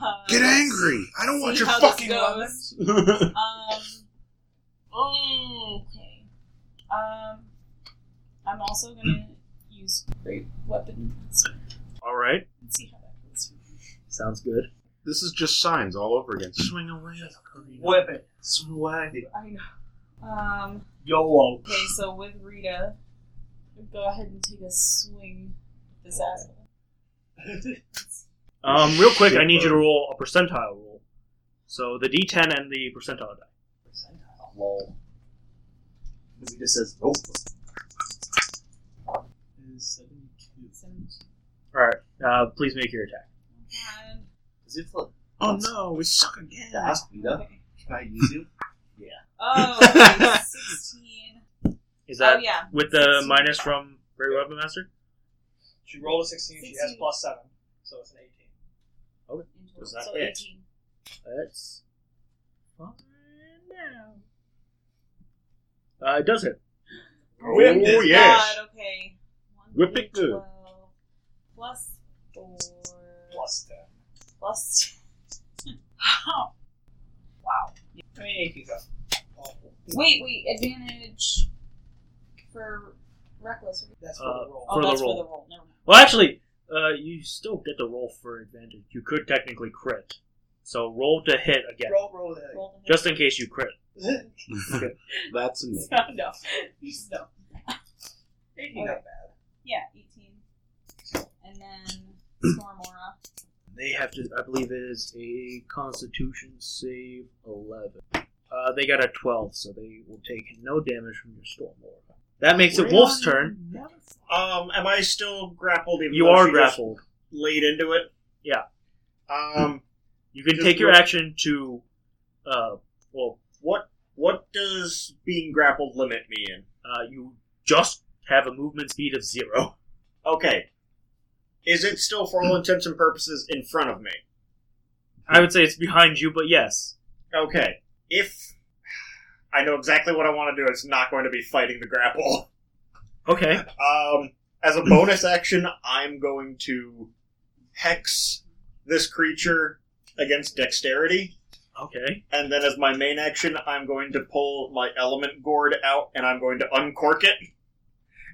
uh, Get angry! I don't see want your how this fucking goes. weapons. Oh, Um. Okay. Um. I'm also gonna use great weapon All right. and see how that goes. Sounds good. This is just signs all over again. Swing away, Karina. Weapon. Swag. I know. Um. YOLO. Okay, so with Rita, go ahead and take a swing. at This asshole. Um, real quick, I need you to roll a percentile roll. So the D10 and the percentile die. Lol. Because he just says, nope. Is 72. Seventeen. All right. Uh, please make your attack. And- Does it look Oh no, we suck again. to ask Vita? okay. Can I use you? Oh, okay, 16. Is Oh, that yeah. with the 16. minus from Great Weapon Master? She rolled a 16, she has 16. plus 7, so it's an 18. Was that so it? 18. That's fine now. Uh, it does hit. Oh, oh, yes. God, okay. One, Whip it three, good. 12, Plus 4. Plus 10. Plus 10. wow. I mean, 18 though. Awful. Wait, wait. Advantage for reckless. right? That's Uh, what the roll. Oh, For the that's roll. for the roll. Never mind. Well, actually, uh, you still get the roll for advantage. You could technically crit. So roll to hit again, Roll, roll the Roll the just in case you crit. hit. That's a hit. nick. So, no. Just no. 18 not bad. Yeah, 18. And then Stormora. They have to, I believe it is a Constitution save 11. Uh, they got a 12, so they will take no damage from your storm aura. That makes it Wolf's turn. Um, am I still grappled? Even You though are she just grappled. Laid into it. Yeah. Um, You can Just take your roll. action to, uh, well, what what does being grappled limit me in? uh, you just have a movement speed of zero. Okay. Is it still, for all intents and purposes, in front of me? I would say it's behind you, but yes. Okay. If I know exactly what I want to do, it's not going to be fighting the grapple. Okay. Um, as a bonus action, I'm going to hex this creature against dexterity. Okay. And then as my main action, I'm going to pull my element gourd out and I'm going to uncork it.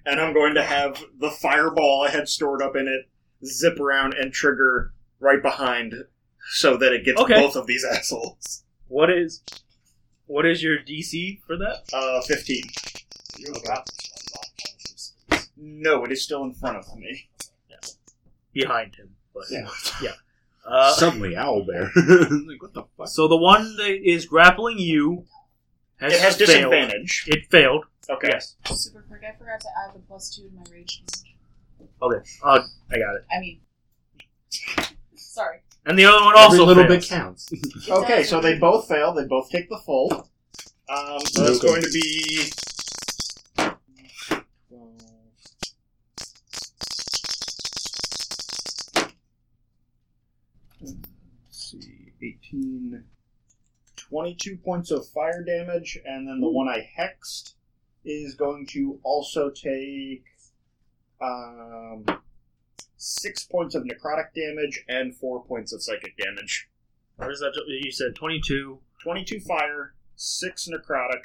And I'm going to have the fireball I had stored up in it zip around and trigger right behind so that it gets Okay. both of these assholes. What is what is your DC for that? Uh, 15. No, it is still in front of me. Behind him. But Yeah. yeah. Uh, Suddenly, owl bear. like what the fuck? so the one that is grappling you has, It has failed. disadvantage. It failed. Okay. Yes. Super quick. I forgot to add the plus two in my rage. damage. Okay. Uh, I got it. I mean, sorry. And the other one Every also little fails. bit counts. It Okay, does so they really- both fail. They both take the full. Um, so that's Okay. going to be. Let's see, 18. 22 points of fire damage, and then the one I hexed is going to also take um, 6 points of necrotic damage and 4 points of psychic damage. What is that? You said twenty-two, 22 fire, 6 necrotic,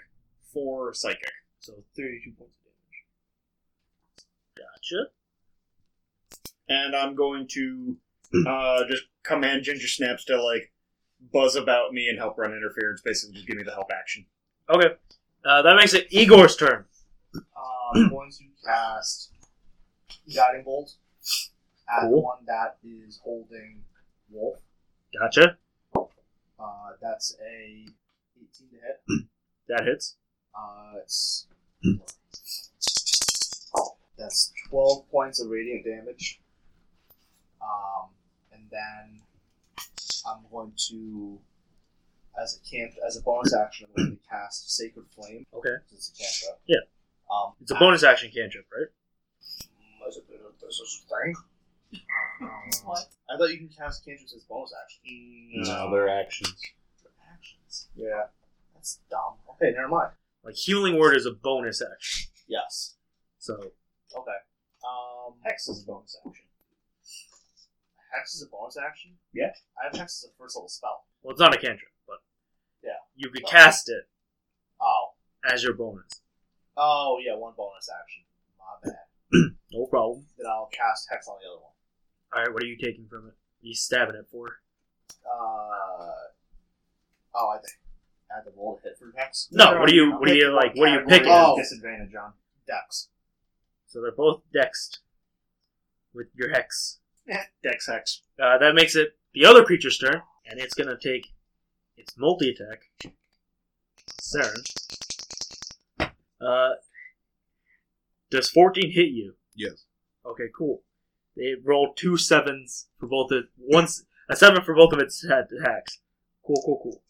4 psychic. so thirty-two points of damage. Gotcha. and I'm going to uh, just command Ginger Snaps to like buzz about me and help run interference. Basically, just give me the help action. Okay. Uh, that makes it Igor's turn. Uh, I'm going to cast Guiding Bolt at Cool. one that is holding Wolf. Gotcha. Uh, that's a 18 to hit. That hits. Uh, it's that's 12 points of radiant damage. Um, and then I'm going to, as a camp, as a bonus action, I'm going to cast Sacred Flame. Okay. 'cause It's a cantrip. Yeah. Um, It's a bonus action cantrip, right? I- is it- is it- is this a thing? What? I thought you can cast cantrips as bonus action. No, they're actions. Actions. Yeah. That's dumb. Okay, never mind. Like healing word is a bonus action. Yes. So Okay. Um, Hex is a bonus action. Hex is a bonus action? Yeah. I have Hex as a first level spell. well, it's not a cantrip, but Yeah. you could cast it Oh. as your bonus. Oh, yeah, one bonus action. My bad. No problem. Then I'll cast Hex on the other one. All right, what are you taking from it? You stabbing it for? Uh, oh, I think. I had to roll a hit for Hex. No. What do you? What do you like? What are you picking? Oh. Disadvantage on. Dex. So they're both dexed with your hex. Dex Hex. Uh, that makes it the other creature's turn, and it's gonna take its multi attack. Saren. Uh, does 14 hit you? Yes. Okay, cool. They rolled two sevens for both of once a seven for both of its ha- attacks. Cool, cool, cool.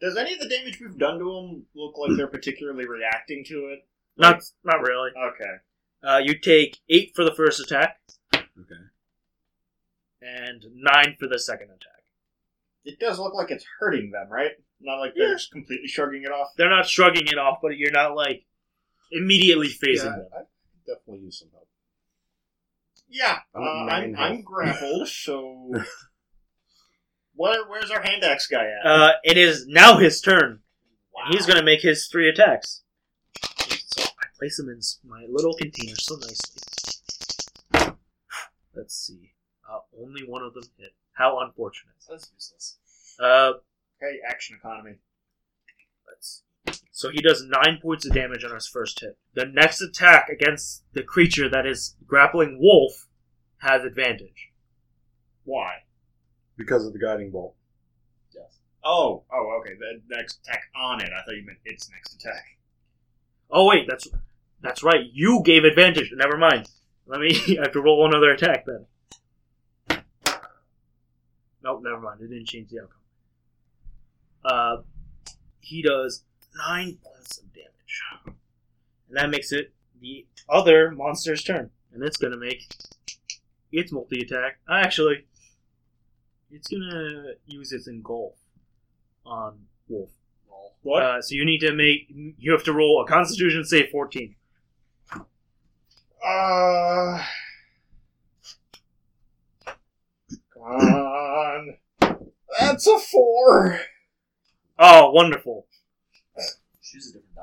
Does any of the damage we've done to them look like they're particularly reacting to it? Not, not really. Okay. Uh, you take eight for the first attack Okay. and nine for the second attack. It does look like it's hurting them, right? Not like they're Yeah. just completely shrugging it off. They're not shrugging it off, but you're not like immediately phasing Yeah, them. I, I definitely use some help. Yeah, uh, I'm at nine I'm, health. I'm grappled, so. Where, where's our hand axe guy at? Uh, it is now his turn. And he's going to make his three attacks. So I place him in s- my little container so nicely. Let's see. Uh, only one of them hit. How unfortunate. That's useless. Uh, Okay, action economy. let's. So he does nine points of damage on his first hit. The next attack against the creature that is grappling Wolf has advantage. Why? Because of the guiding bolt. Oh, oh, okay. The next attack on it. I thought you meant its next attack. Oh wait, that's that's right. You gave advantage. Never mind. Let me. I have to roll another attack then. Nope, never mind. It didn't change the outcome. Uh, he does nine points of damage, and that makes it the other monster's turn, and it's gonna make its multi attack. Actually, it's gonna use its engulf on Wolf. What? Uh, so you need to make you have to roll a Constitution save fourteen. Uh, come on. That's a four. Oh, wonderful! Choose a different die.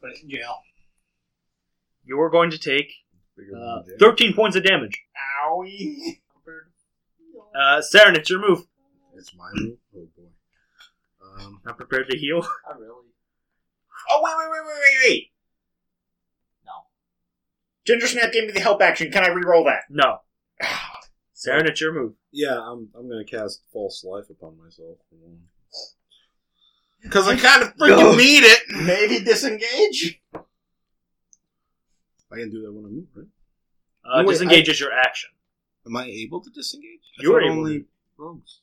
But it, yeah. You are going to take Bigger than uh, the thirteen points of damage. Owie. Uh, Saren, it's your move. It's my move. Oh boy. Um, Not prepared to heal. I really. Oh wait, wait, wait, wait, wait, wait. No. Ginger Snap gave me the help action. Can I re-roll that? No, Saren, it's your move. yeah, I'm I'm gonna cast false life upon myself. Because I kind of freaking No. need it. Maybe disengage. I can do that when I move, right? Uh, No, wait, disengage is your action. Am I able to disengage? I You are thought able only to. rogues.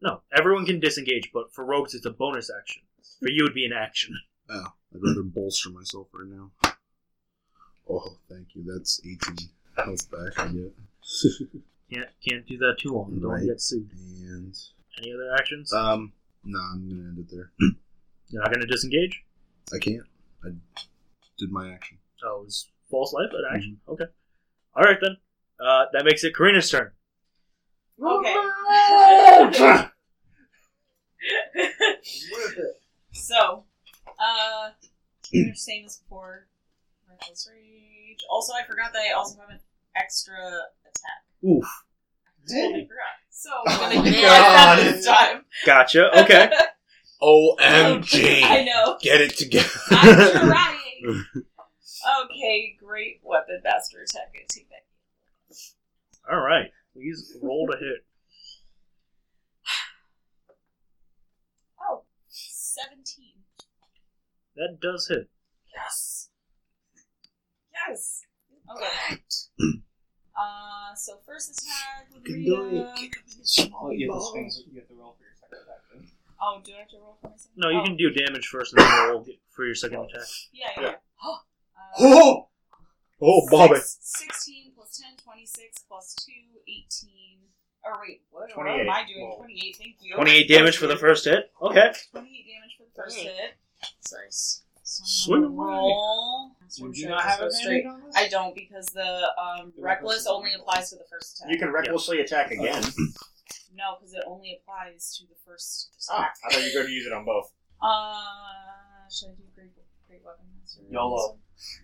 No, everyone can disengage, but for rogues, it's a bonus action. For you, it'd be an action. Oh, I'd rather bolster myself right now. Oh, thank you. That's 18 health back I get. Can't can't do that too long. Don't Right. get sued. and Any other actions? um, no, I'm gonna end it there. You're not going to disengage. I can't. I did my action. Oh, it's false life an action. Okay. All right then. Uh, that makes it Karina's turn. Okay. so, uh, pretty much same as before. We're Reckless Rage. Also, I forgot that I also have an extra attack. Oof. Totally forgot. So I'm Oh gonna my get that God. this time. Gotcha. Okay. I OMG! know. Get it together. I'm trying. Okay, great weapon master attack. I take that. All right. Please roll to hit. Oh, 17. That does hit. Yes. Yes. Okay. uh, so first attack with Rita. Oh, you have to swing, so you have to roll for your second attack. then. Oh, do I have to roll for my second? No, you oh, can do damage first and then roll for your second attack. Yeah, yeah. yeah. Uh, Oh, oh, Bobby. six- 16 plus 10, 26 plus 2, 18. Oh, wait, what, what am I doing? 28, thank you. 28 damage for the first hit. Okay. 28 damage for the first hit. That's nice. So I'm Swing gonna away. roll. Would Swing you straight, not have go a straight. straight on this? I don't because the um, The reckless reckless is only only- applies to the first attack. You can recklessly attack again. No, because it only applies to the first Ah, attack. I thought you were going to use it on both. Uh, should I do great, great weapon master? YOLO.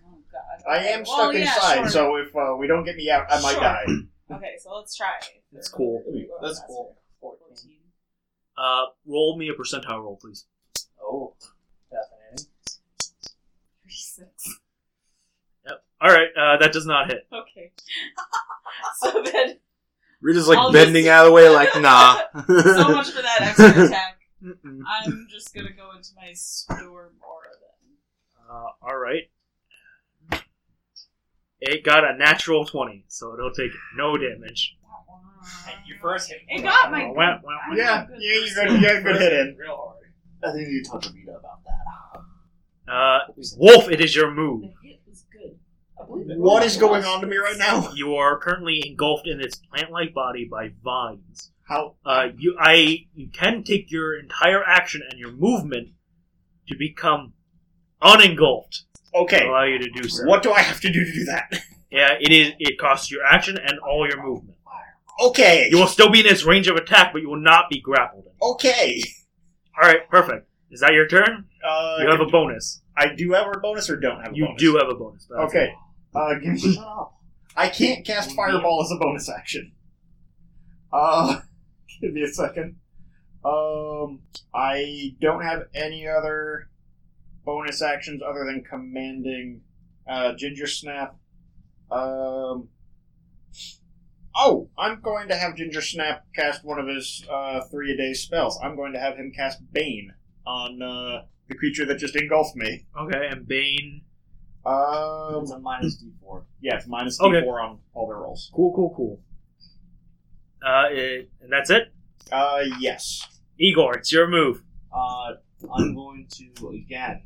Oh god. I am Well, stuck yeah, inside, sure. so if uh, we don't get me out, I might Sure. die. Okay, so let's try. That's cool. Great weapon That's master. cool. 14. Uh, roll me a percentile roll, please. Oh, definitely. 36. All right. Uh, that does not hit. Okay. so then, Rita's like I'll bending just- out of the way, like nah. so much for that extra attack. Mm-mm. I'm just gonna go into my storm aura then. Uh, all right. It got a natural 20, so it'll take no damage. You first hit. It got my. Wah, wah, wah. Yeah, yeah, you got, you got a good hit in. real hard. I think you talked to Rita about that. Uh, Wolf, it is your move. The hit was good. What is going on to me right now? You are currently engulfed in its plant-like body by vines. How? Uh, you, I, you can take your entire action and your movement to become unengulfed. Okay, Allow you to do so. what do I have to do to do that? Yeah, it is. It costs your action and all your movement. Okay, You will still be in its range of attack, but you will not be grappled. Oh. okay. All right, perfect. Is that your turn? Uh, You have a bonus. I do have a bonus or don't have a You bonus? do have a bonus. but that's Okay. Uh, give me. Shut up. I can't cast Fireball as a bonus action. Uh, give me a second. Um, I don't have any other bonus actions other than commanding uh, Ginger Snap. Um. Oh, I'm going to have Ginger Snap cast one of his uh, three a day spells. I'm going to have him cast Bane on uh, the creature that just engulfed me. Okay, and Bane. Um, It's a minus d4. yeah, it's minus d4 Okay. on all their rolls. Cool, cool, cool. Uh, it, and that's it. Uh, yes. Igor, it's your move. Uh, I'm going to again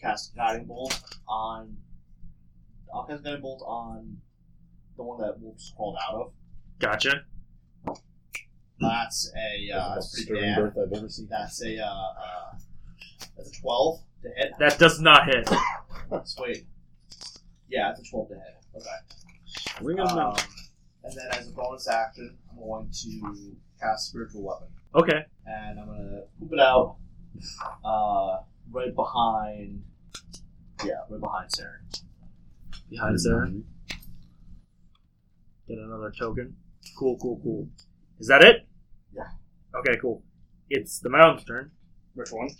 cast guiding bolt on. I'll cast guiding bolt on the one that Wolf just crawled out of. Gotcha. That's a uh, That's the most pretty disturbing bad. birth I've ever seen. That's a uh, uh, that's a twelve to hit. That does not hit. Sweet. Yeah, that's a twelve to hit. Okay. Ring of Um, and then as a bonus action, I'm going to cast Spiritual Weapon. Okay. And I'm going to poop it out uh, right behind. Yeah, right behind Sarah. Behind Sarah. Mm-hmm. Get another token. Cool, cool, cool. Is that it? Yeah. Okay, cool. It's the mound's turn. Which one?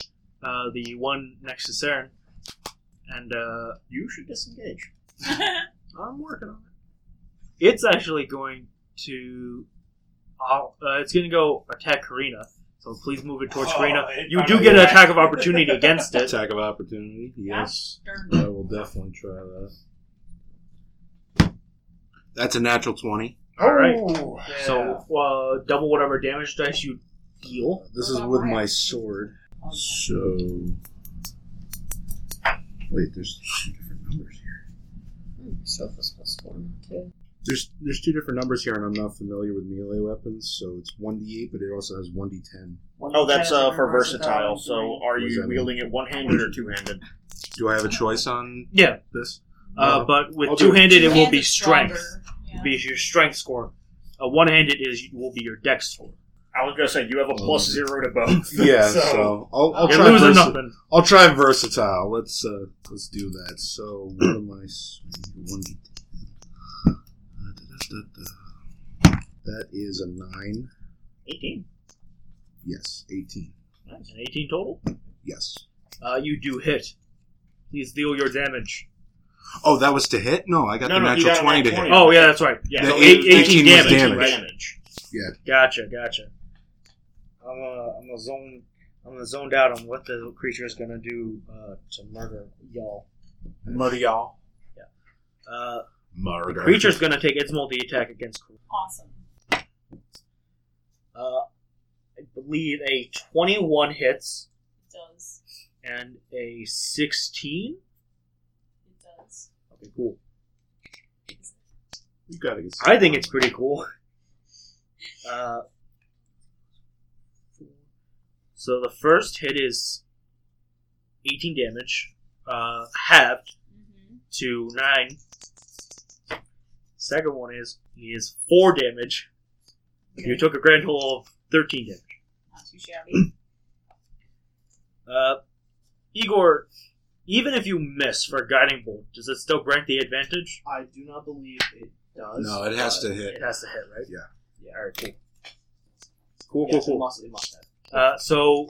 Uh, the one next to Saren. And uh, You should disengage. I'm working on it. It's actually going to. I'll- Uh, it's going to go attack Karina. So please move it towards Oh, Karina. it You found do a get an way. attack of opportunity against it. Attack of opportunity. Yes, Darn I will definitely try that. That's a natural twenty. All right. Oh, So uh, double whatever damage dice you deal. This is with my sword. So wait, there's two different numbers here. So plus plus one, two. There's there's two different numbers here, and I'm not familiar with melee weapons, so it's one d8, but it also has one d10. that's uh, for versatile. So are What does you that mean? wielding it one handed or two handed? Do I have a choice on Yeah. this? Uh, No. but with I'll do two handed, Your it will hand be is strength. stronger. It will be your strength score. Uh, one handed is will be your dex score. I was gonna say you have a plus zero to both. Yeah, so, I'll, I'll You're try. losing versi- nothing. I'll try versatile. Let's uh, let's do that. So what am I? s- One. That is a nine. 18. Yes, eighteen. Nice. An 18 total. Yes. Uh, you do hit. Please deal your damage. Oh, that was to hit. No, I got No, the no, you natural got a twenty nat to hit. 20. Oh, yeah, that's right. Yeah, The so eight- it was 18 was damage. Yeah. Gotcha, gotcha. I'm uh, I'm a zone. I'm a zoned out on what the creature is gonna do uh, to murder y'all. Murder y'all. Uh, Murder. creature's gonna take its multi attack against. Awesome. Uh, I believe a 21 hits It does. and a 16. It does. Okay, cool. You gotta get I think it's pretty cool. Uh, so the first hit is 18 damage, uh, halved Mm-hmm. to 9. Second one is is 4 damage. You took a grand total of 13 damage. Not too shabby. Uh, Igor, even if you miss for Guiding Bolt, does it still grant the advantage? I do not believe it does. No, it has to hit. It has to hit, right? Yeah. Yeah, all right, cool. Cool, cool, Yes, it cool. must. It must have. Uh, so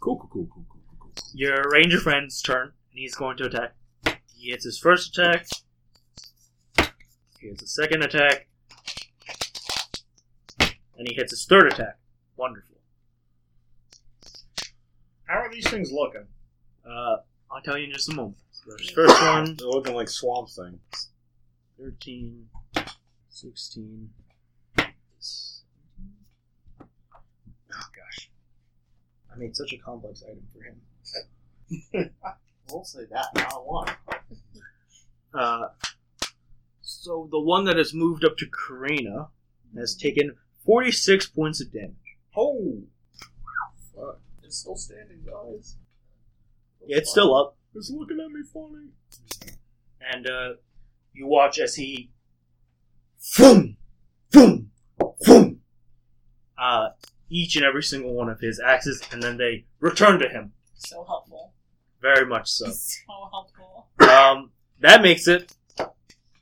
Cool, cool, cool, cool, cool, cool, cool. your ranger friend's turn, and he's going to attack. He hits his first attack. He hits his second attack. And he hits his third attack. Wonderful. How are these things looking? Uh, I'll tell you in just a moment. There's First one, They're looking like swamp thing. 13, 16. Oh, gosh. I made such a complex item for him. We'll say that. Not one. Uh, so the one that has moved up to Karina has taken 46 points of damage. Oh. Fuck. It's still standing, guys. Yeah, it's still up. It's looking at me funny. And uh, you watch as he. Boom! Boom! Boom! Uh, each and every single one of his axes, and then they return to him. So helpful. Very much so. So helpful. Um, that makes it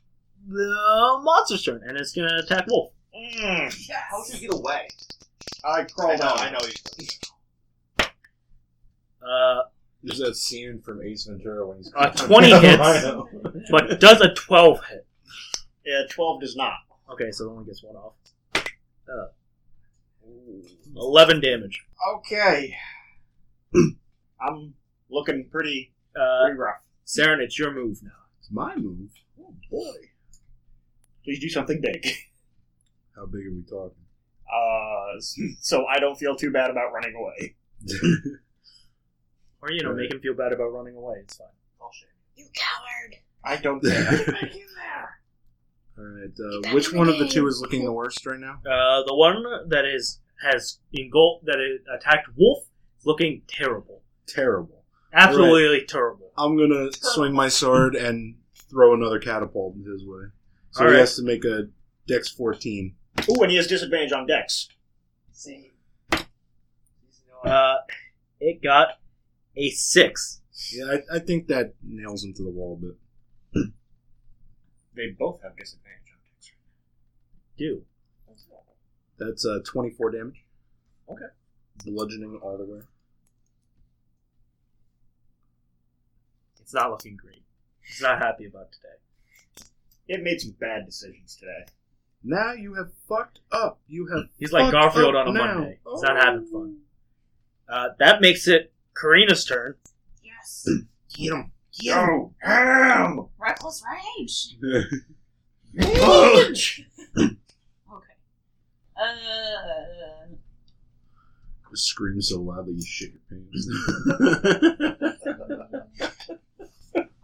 the monster's turn, and it's gonna attack Wolf. Mm. Yes. How did you get away? I I crawled know. out. I know. You. Uh, There's that scene from Ace Ventura when he's Uh, a 20 hits, but does a 12 hit. Yeah, twelve does not. Okay, so it only gets one off. Uh, 11 damage. Okay. I'm looking pretty, Uh, pretty rough. Saren, it's your move now. It's my move. Oh boy. Please do something big. How big are we talking? Uh, s- so I don't feel too bad about running away. Or, you know, make him feel bad about running away. It's fine. You coward! I don't care. All right. Uh, which one of the two is looking the worst right now? Uh, the one that is has engulfed, that it attacked Wolf, is looking terrible. Terrible. Absolutely terrible. I'm gonna swing my sword and throw another catapult in his way. So All he right. has to make a Dex 14. Ooh, and he has disadvantage on Dex. See. Uh, it got a 6. Yeah, I, I think that nails him to the wall a bit. They both have disadvantage on Dex. Do. That's uh, 24 damage. Okay. Bludgeoning all the way. It's not looking great. It's not happy about today. It made some bad decisions today. Now you have fucked up. You have. He's like fucked Garfield up on a now. Oh. Monday. He's not having fun. Uh, that makes it Karina's turn. Yes. Get him. Yo, ham! Reckless rage. Oh. Punch! Okay. Uh, Scream so loud that you shit your pants.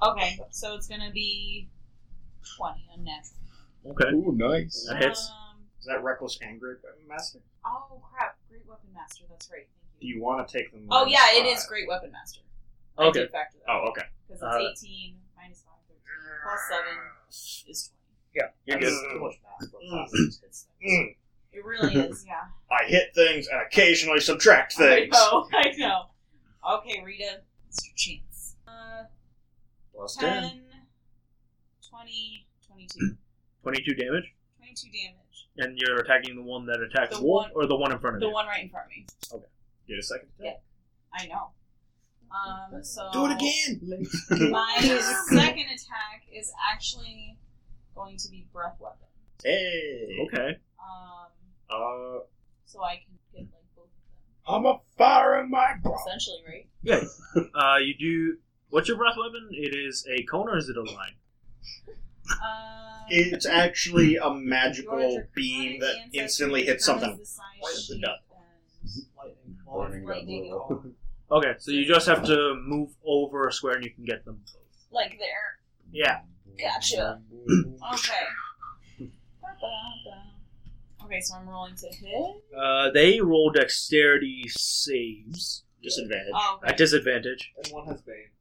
okay, so it's gonna be twenty unnatural. Okay. Ooh, nice. That hits. Um, Is that reckless anger, Master? oh crap! Great weapon master. That's right. Thank Do you. you want to take them? Oh minus yeah, it five? is great weapon master. I Okay. did factor that Oh, okay. because Uh, it's eighteen minus five, 13, plus seven is twenty. Yeah. You're good. Too much math for a class. It's- Mm. It really is, yeah. I hit things and occasionally subtract things. I know, I know. Okay, Rita, it's your chance. Uh, Plus 10. 10, 20, 22. 22 damage, 22 damage. and you're attacking the one that attacked The Wolf one- or the one in front of The you. one right in front of me. Get a second. I know. Um, so again! My second attack is actually going to be breath weapon. hey! Okay. Um, Uh, so I can get like both of I'm a fire in my them bra. essentially, right? Yeah. Uh, you do. What's your breath weapon? It is a cone or is it a line? Um, It's actually a your magical draconic beam that ancestry instantly hits determines something. the size, Why is it shape, not? and- Lightning. Burning that Lightning. blue. Okay, so you just have to move over a square and you can get them. Like there. Yeah. Gotcha. Okay. Ba-ba-ba. Okay, so I'm rolling to hit. Uh, they roll dexterity saves Disadvantage. Oh, okay. at disadvantage, And one has Bane.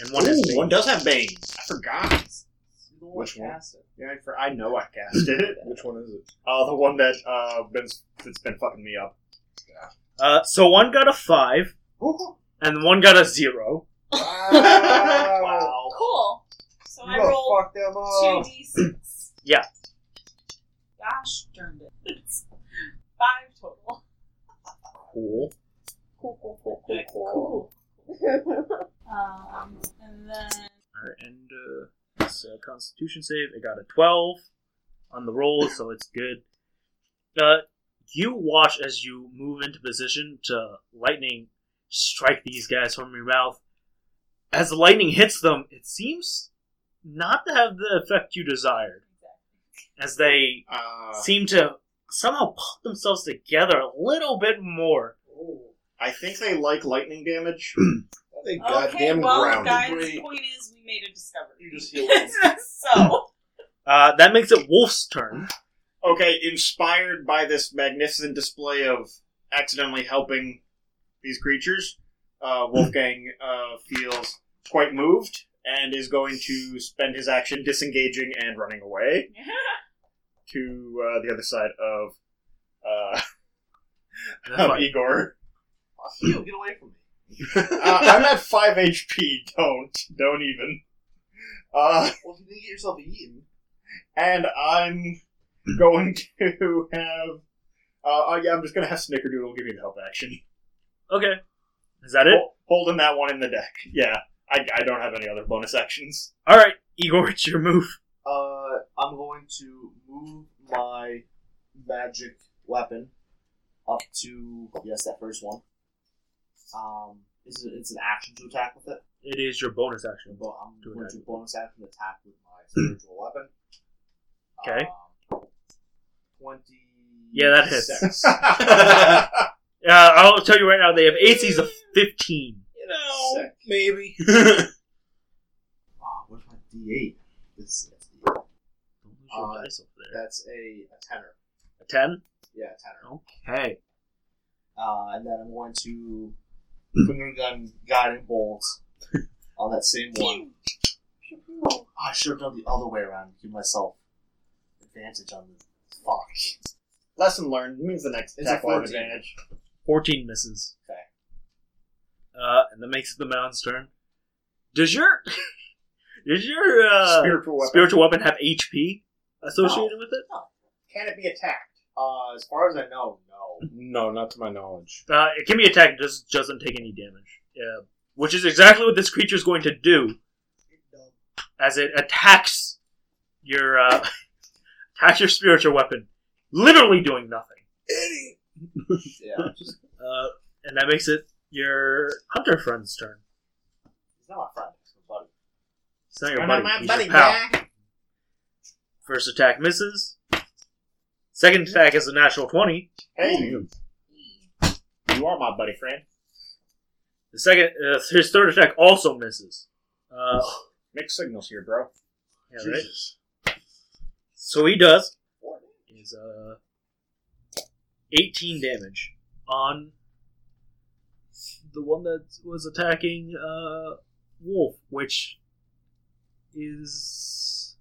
and one is Uh, Ooh, bait. one does have Bane. I forgot. The one Which one? cast it. Yeah, I, for, I know I casted it. Which one is it? Uh, the one that uh been that's been fucking me up. Uh, so one got a five, and one got a zero. wow. Wow. Cool. So You I gonna roll fuck them two up. d six. Yeah. Gosh darn it! It's five total. Cool. Cool, cool, cool, cool, cool. um, and then All right, and uh, it's a Constitution save. It got a twelve on the roll, so it's good. Uh, you watch as you move into position to lightning strike these guys from your mouth. As the lightning hits them, it seems not to have the effect you desired. As they Uh, seem to somehow pull themselves together a little bit more. I think they like lightning damage. They okay, goddamn well, grounded. guys, Wait. the point is we made a discovery. You just heal so Uh, that makes it Wolf's turn. okay, inspired by this magnificent display of accidentally helping these creatures, uh, Wolfgang uh, feels quite moved and is going to spend his action disengaging and running away to uh, the other side of, uh, of Fine. Igor. Fuck you, get away from me. Uh, I'm at five HP. Don't don't even. Uh, Well, if you didn't get yourself eaten, and I'm going to have. Uh, oh yeah, I'm just gonna have Snickerdoodle give me the help action. Okay. Is that it? Hol- holding that one in the deck. Yeah, I, I don't have any other bonus actions. All right, Igor, it's your move. uh, I'm going to move my magic weapon up to yes, that first one. Um, is it, it's an action to attack with it. It is your bonus I'm action. go- I'm To going attack. to bonus action attack with my spiritual weapon. Okay. Um, Twenty. Yeah, that hits. six. Ah, Uh, I'll tell you right now, they have ACs of 15. You know, maybe. Ah, where's my D8? This is Don't lose your Uh, dice over there. that's a, a tenor. A 10? Yeah, a tenor. Okay. Uh, and then I'm going to finger gun guiding bolt on that same one. I should have done the other way around to give myself advantage on this. Fuck. Lesson learned means the next It's attack a will have 14. advantage. 14 misses. Okay. Uh, and that makes it the mound's turn. Does your. Does your uh, Spiritual weapon. spiritual weapon have HP associated with it? Can it be attacked? Uh, as far as I know, no. No, not to my knowledge. Uh, it can be attacked, just doesn't take any damage. Yeah. Which is exactly what this creature is going to do, as it attacks your uh, attacks your spiritual weapon, literally doing nothing. Yeah. Uh, and that makes it your hunter friend's turn. He's not my friend. He's my buddy. It's not your You're buddy. not my he's buddy, your pal. First attack misses. Second attack is a natural twenty. Hey, you are my buddy friend. The second, uh, his third attack also misses. Uh, Mixed signals here, bro. yeah, right? So he does is uh, eighteen damage on the one that was attacking uh, Wolf, which is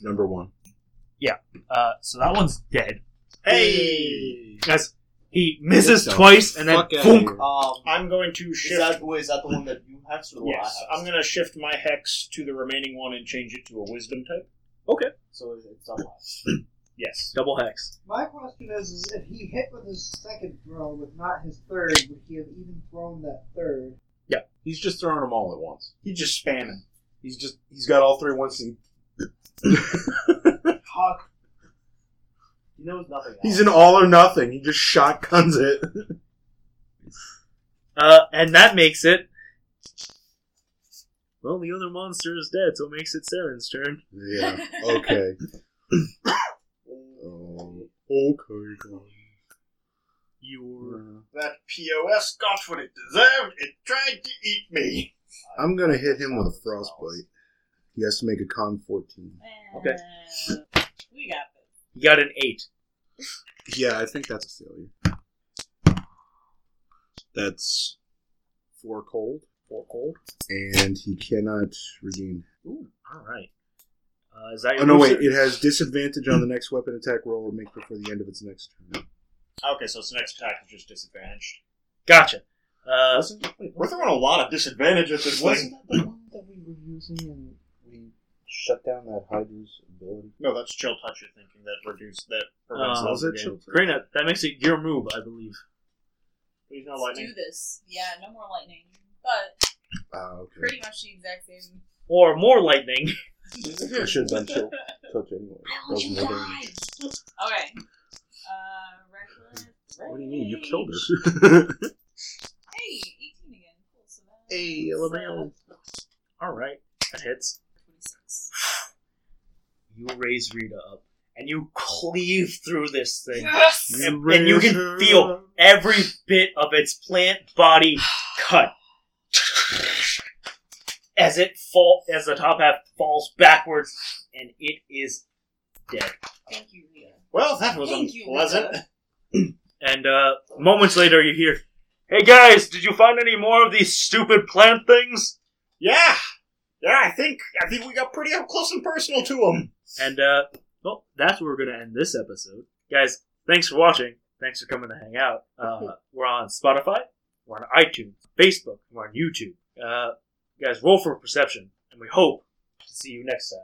Number one. Yeah. Uh, so that one's dead. Hey! As he misses Get the twice and then fuck outta boom, here. Um, I'm going to is shift. that, wait, is that the one that you have or the one I yes, have? I'm going to shift my hex to the remaining one and change it to a wisdom type. So it's- it's double hex. Yes. double hex. My question is, is if he hit with his second throw, but not his third, would he have even thrown that third? He's just throwing them all at once. He's just spamming. He's just he's got all three once. And Cock. He knows nothing. Else. He's an all or nothing. He just shotguns it. Uh, and that makes it. Well, the other monster is dead, so it makes it Saren's turn. Yeah. Okay. Oh, okay. guys. Your That POS got what it deserved. It tried to eat me. I'm gonna hit him with a frostbite. He has to make a con 14. Okay. Uh, we got this. you got an eight. Yeah, I think that's a failure. That's four cold. Four cold. And he cannot regain. Ooh, all right. Uh, is that your Oh no! move, Wait, sir? it has disadvantage on the next weapon attack roll or make before the end of its next turn. Okay, so its next attack is just disadvantaged. Gotcha. Uh, We're throwing a lot of disadvantage at this Wasn't thing. that the one that we were using and we shut down that Hydra's ability? No, that's chill touch. You're thinking that reduce that prevents Uh, levels was again. Karina, that makes it your move, I believe. Please no Let's lightning. do this. Yeah, no more lightning. But Ah, okay. pretty much the exact same. Or more lightning. It should have been chill touch anyway. Doesn't matter. Okay. Uh, reckless. What do you mean? You killed her. Hey, 18 again. Cool, so uh, that's, Hey, LMAO. All right, that hits. 26. You raise Rita up, and you cleave through this thing. Yes! And, and you can feel every bit of its plant body cut as it fall as the top half falls backwards, and it is dead. Thank you, Rita. Well, that was Thank you, unpleasant. Rita. And uh, moments later, you hear, "Hey guys, did you find any more of these stupid plant things?" yeah, yeah. I think I think we got pretty up close and personal to him. And uh, well, that's where we're going to end this episode, guys. Thanks for watching. Thanks for coming to hang out. Uh, we're on Spotify. We're on iTunes, Facebook. We're on YouTube. Uh, guys, roll for perception, and we hope to see you next time.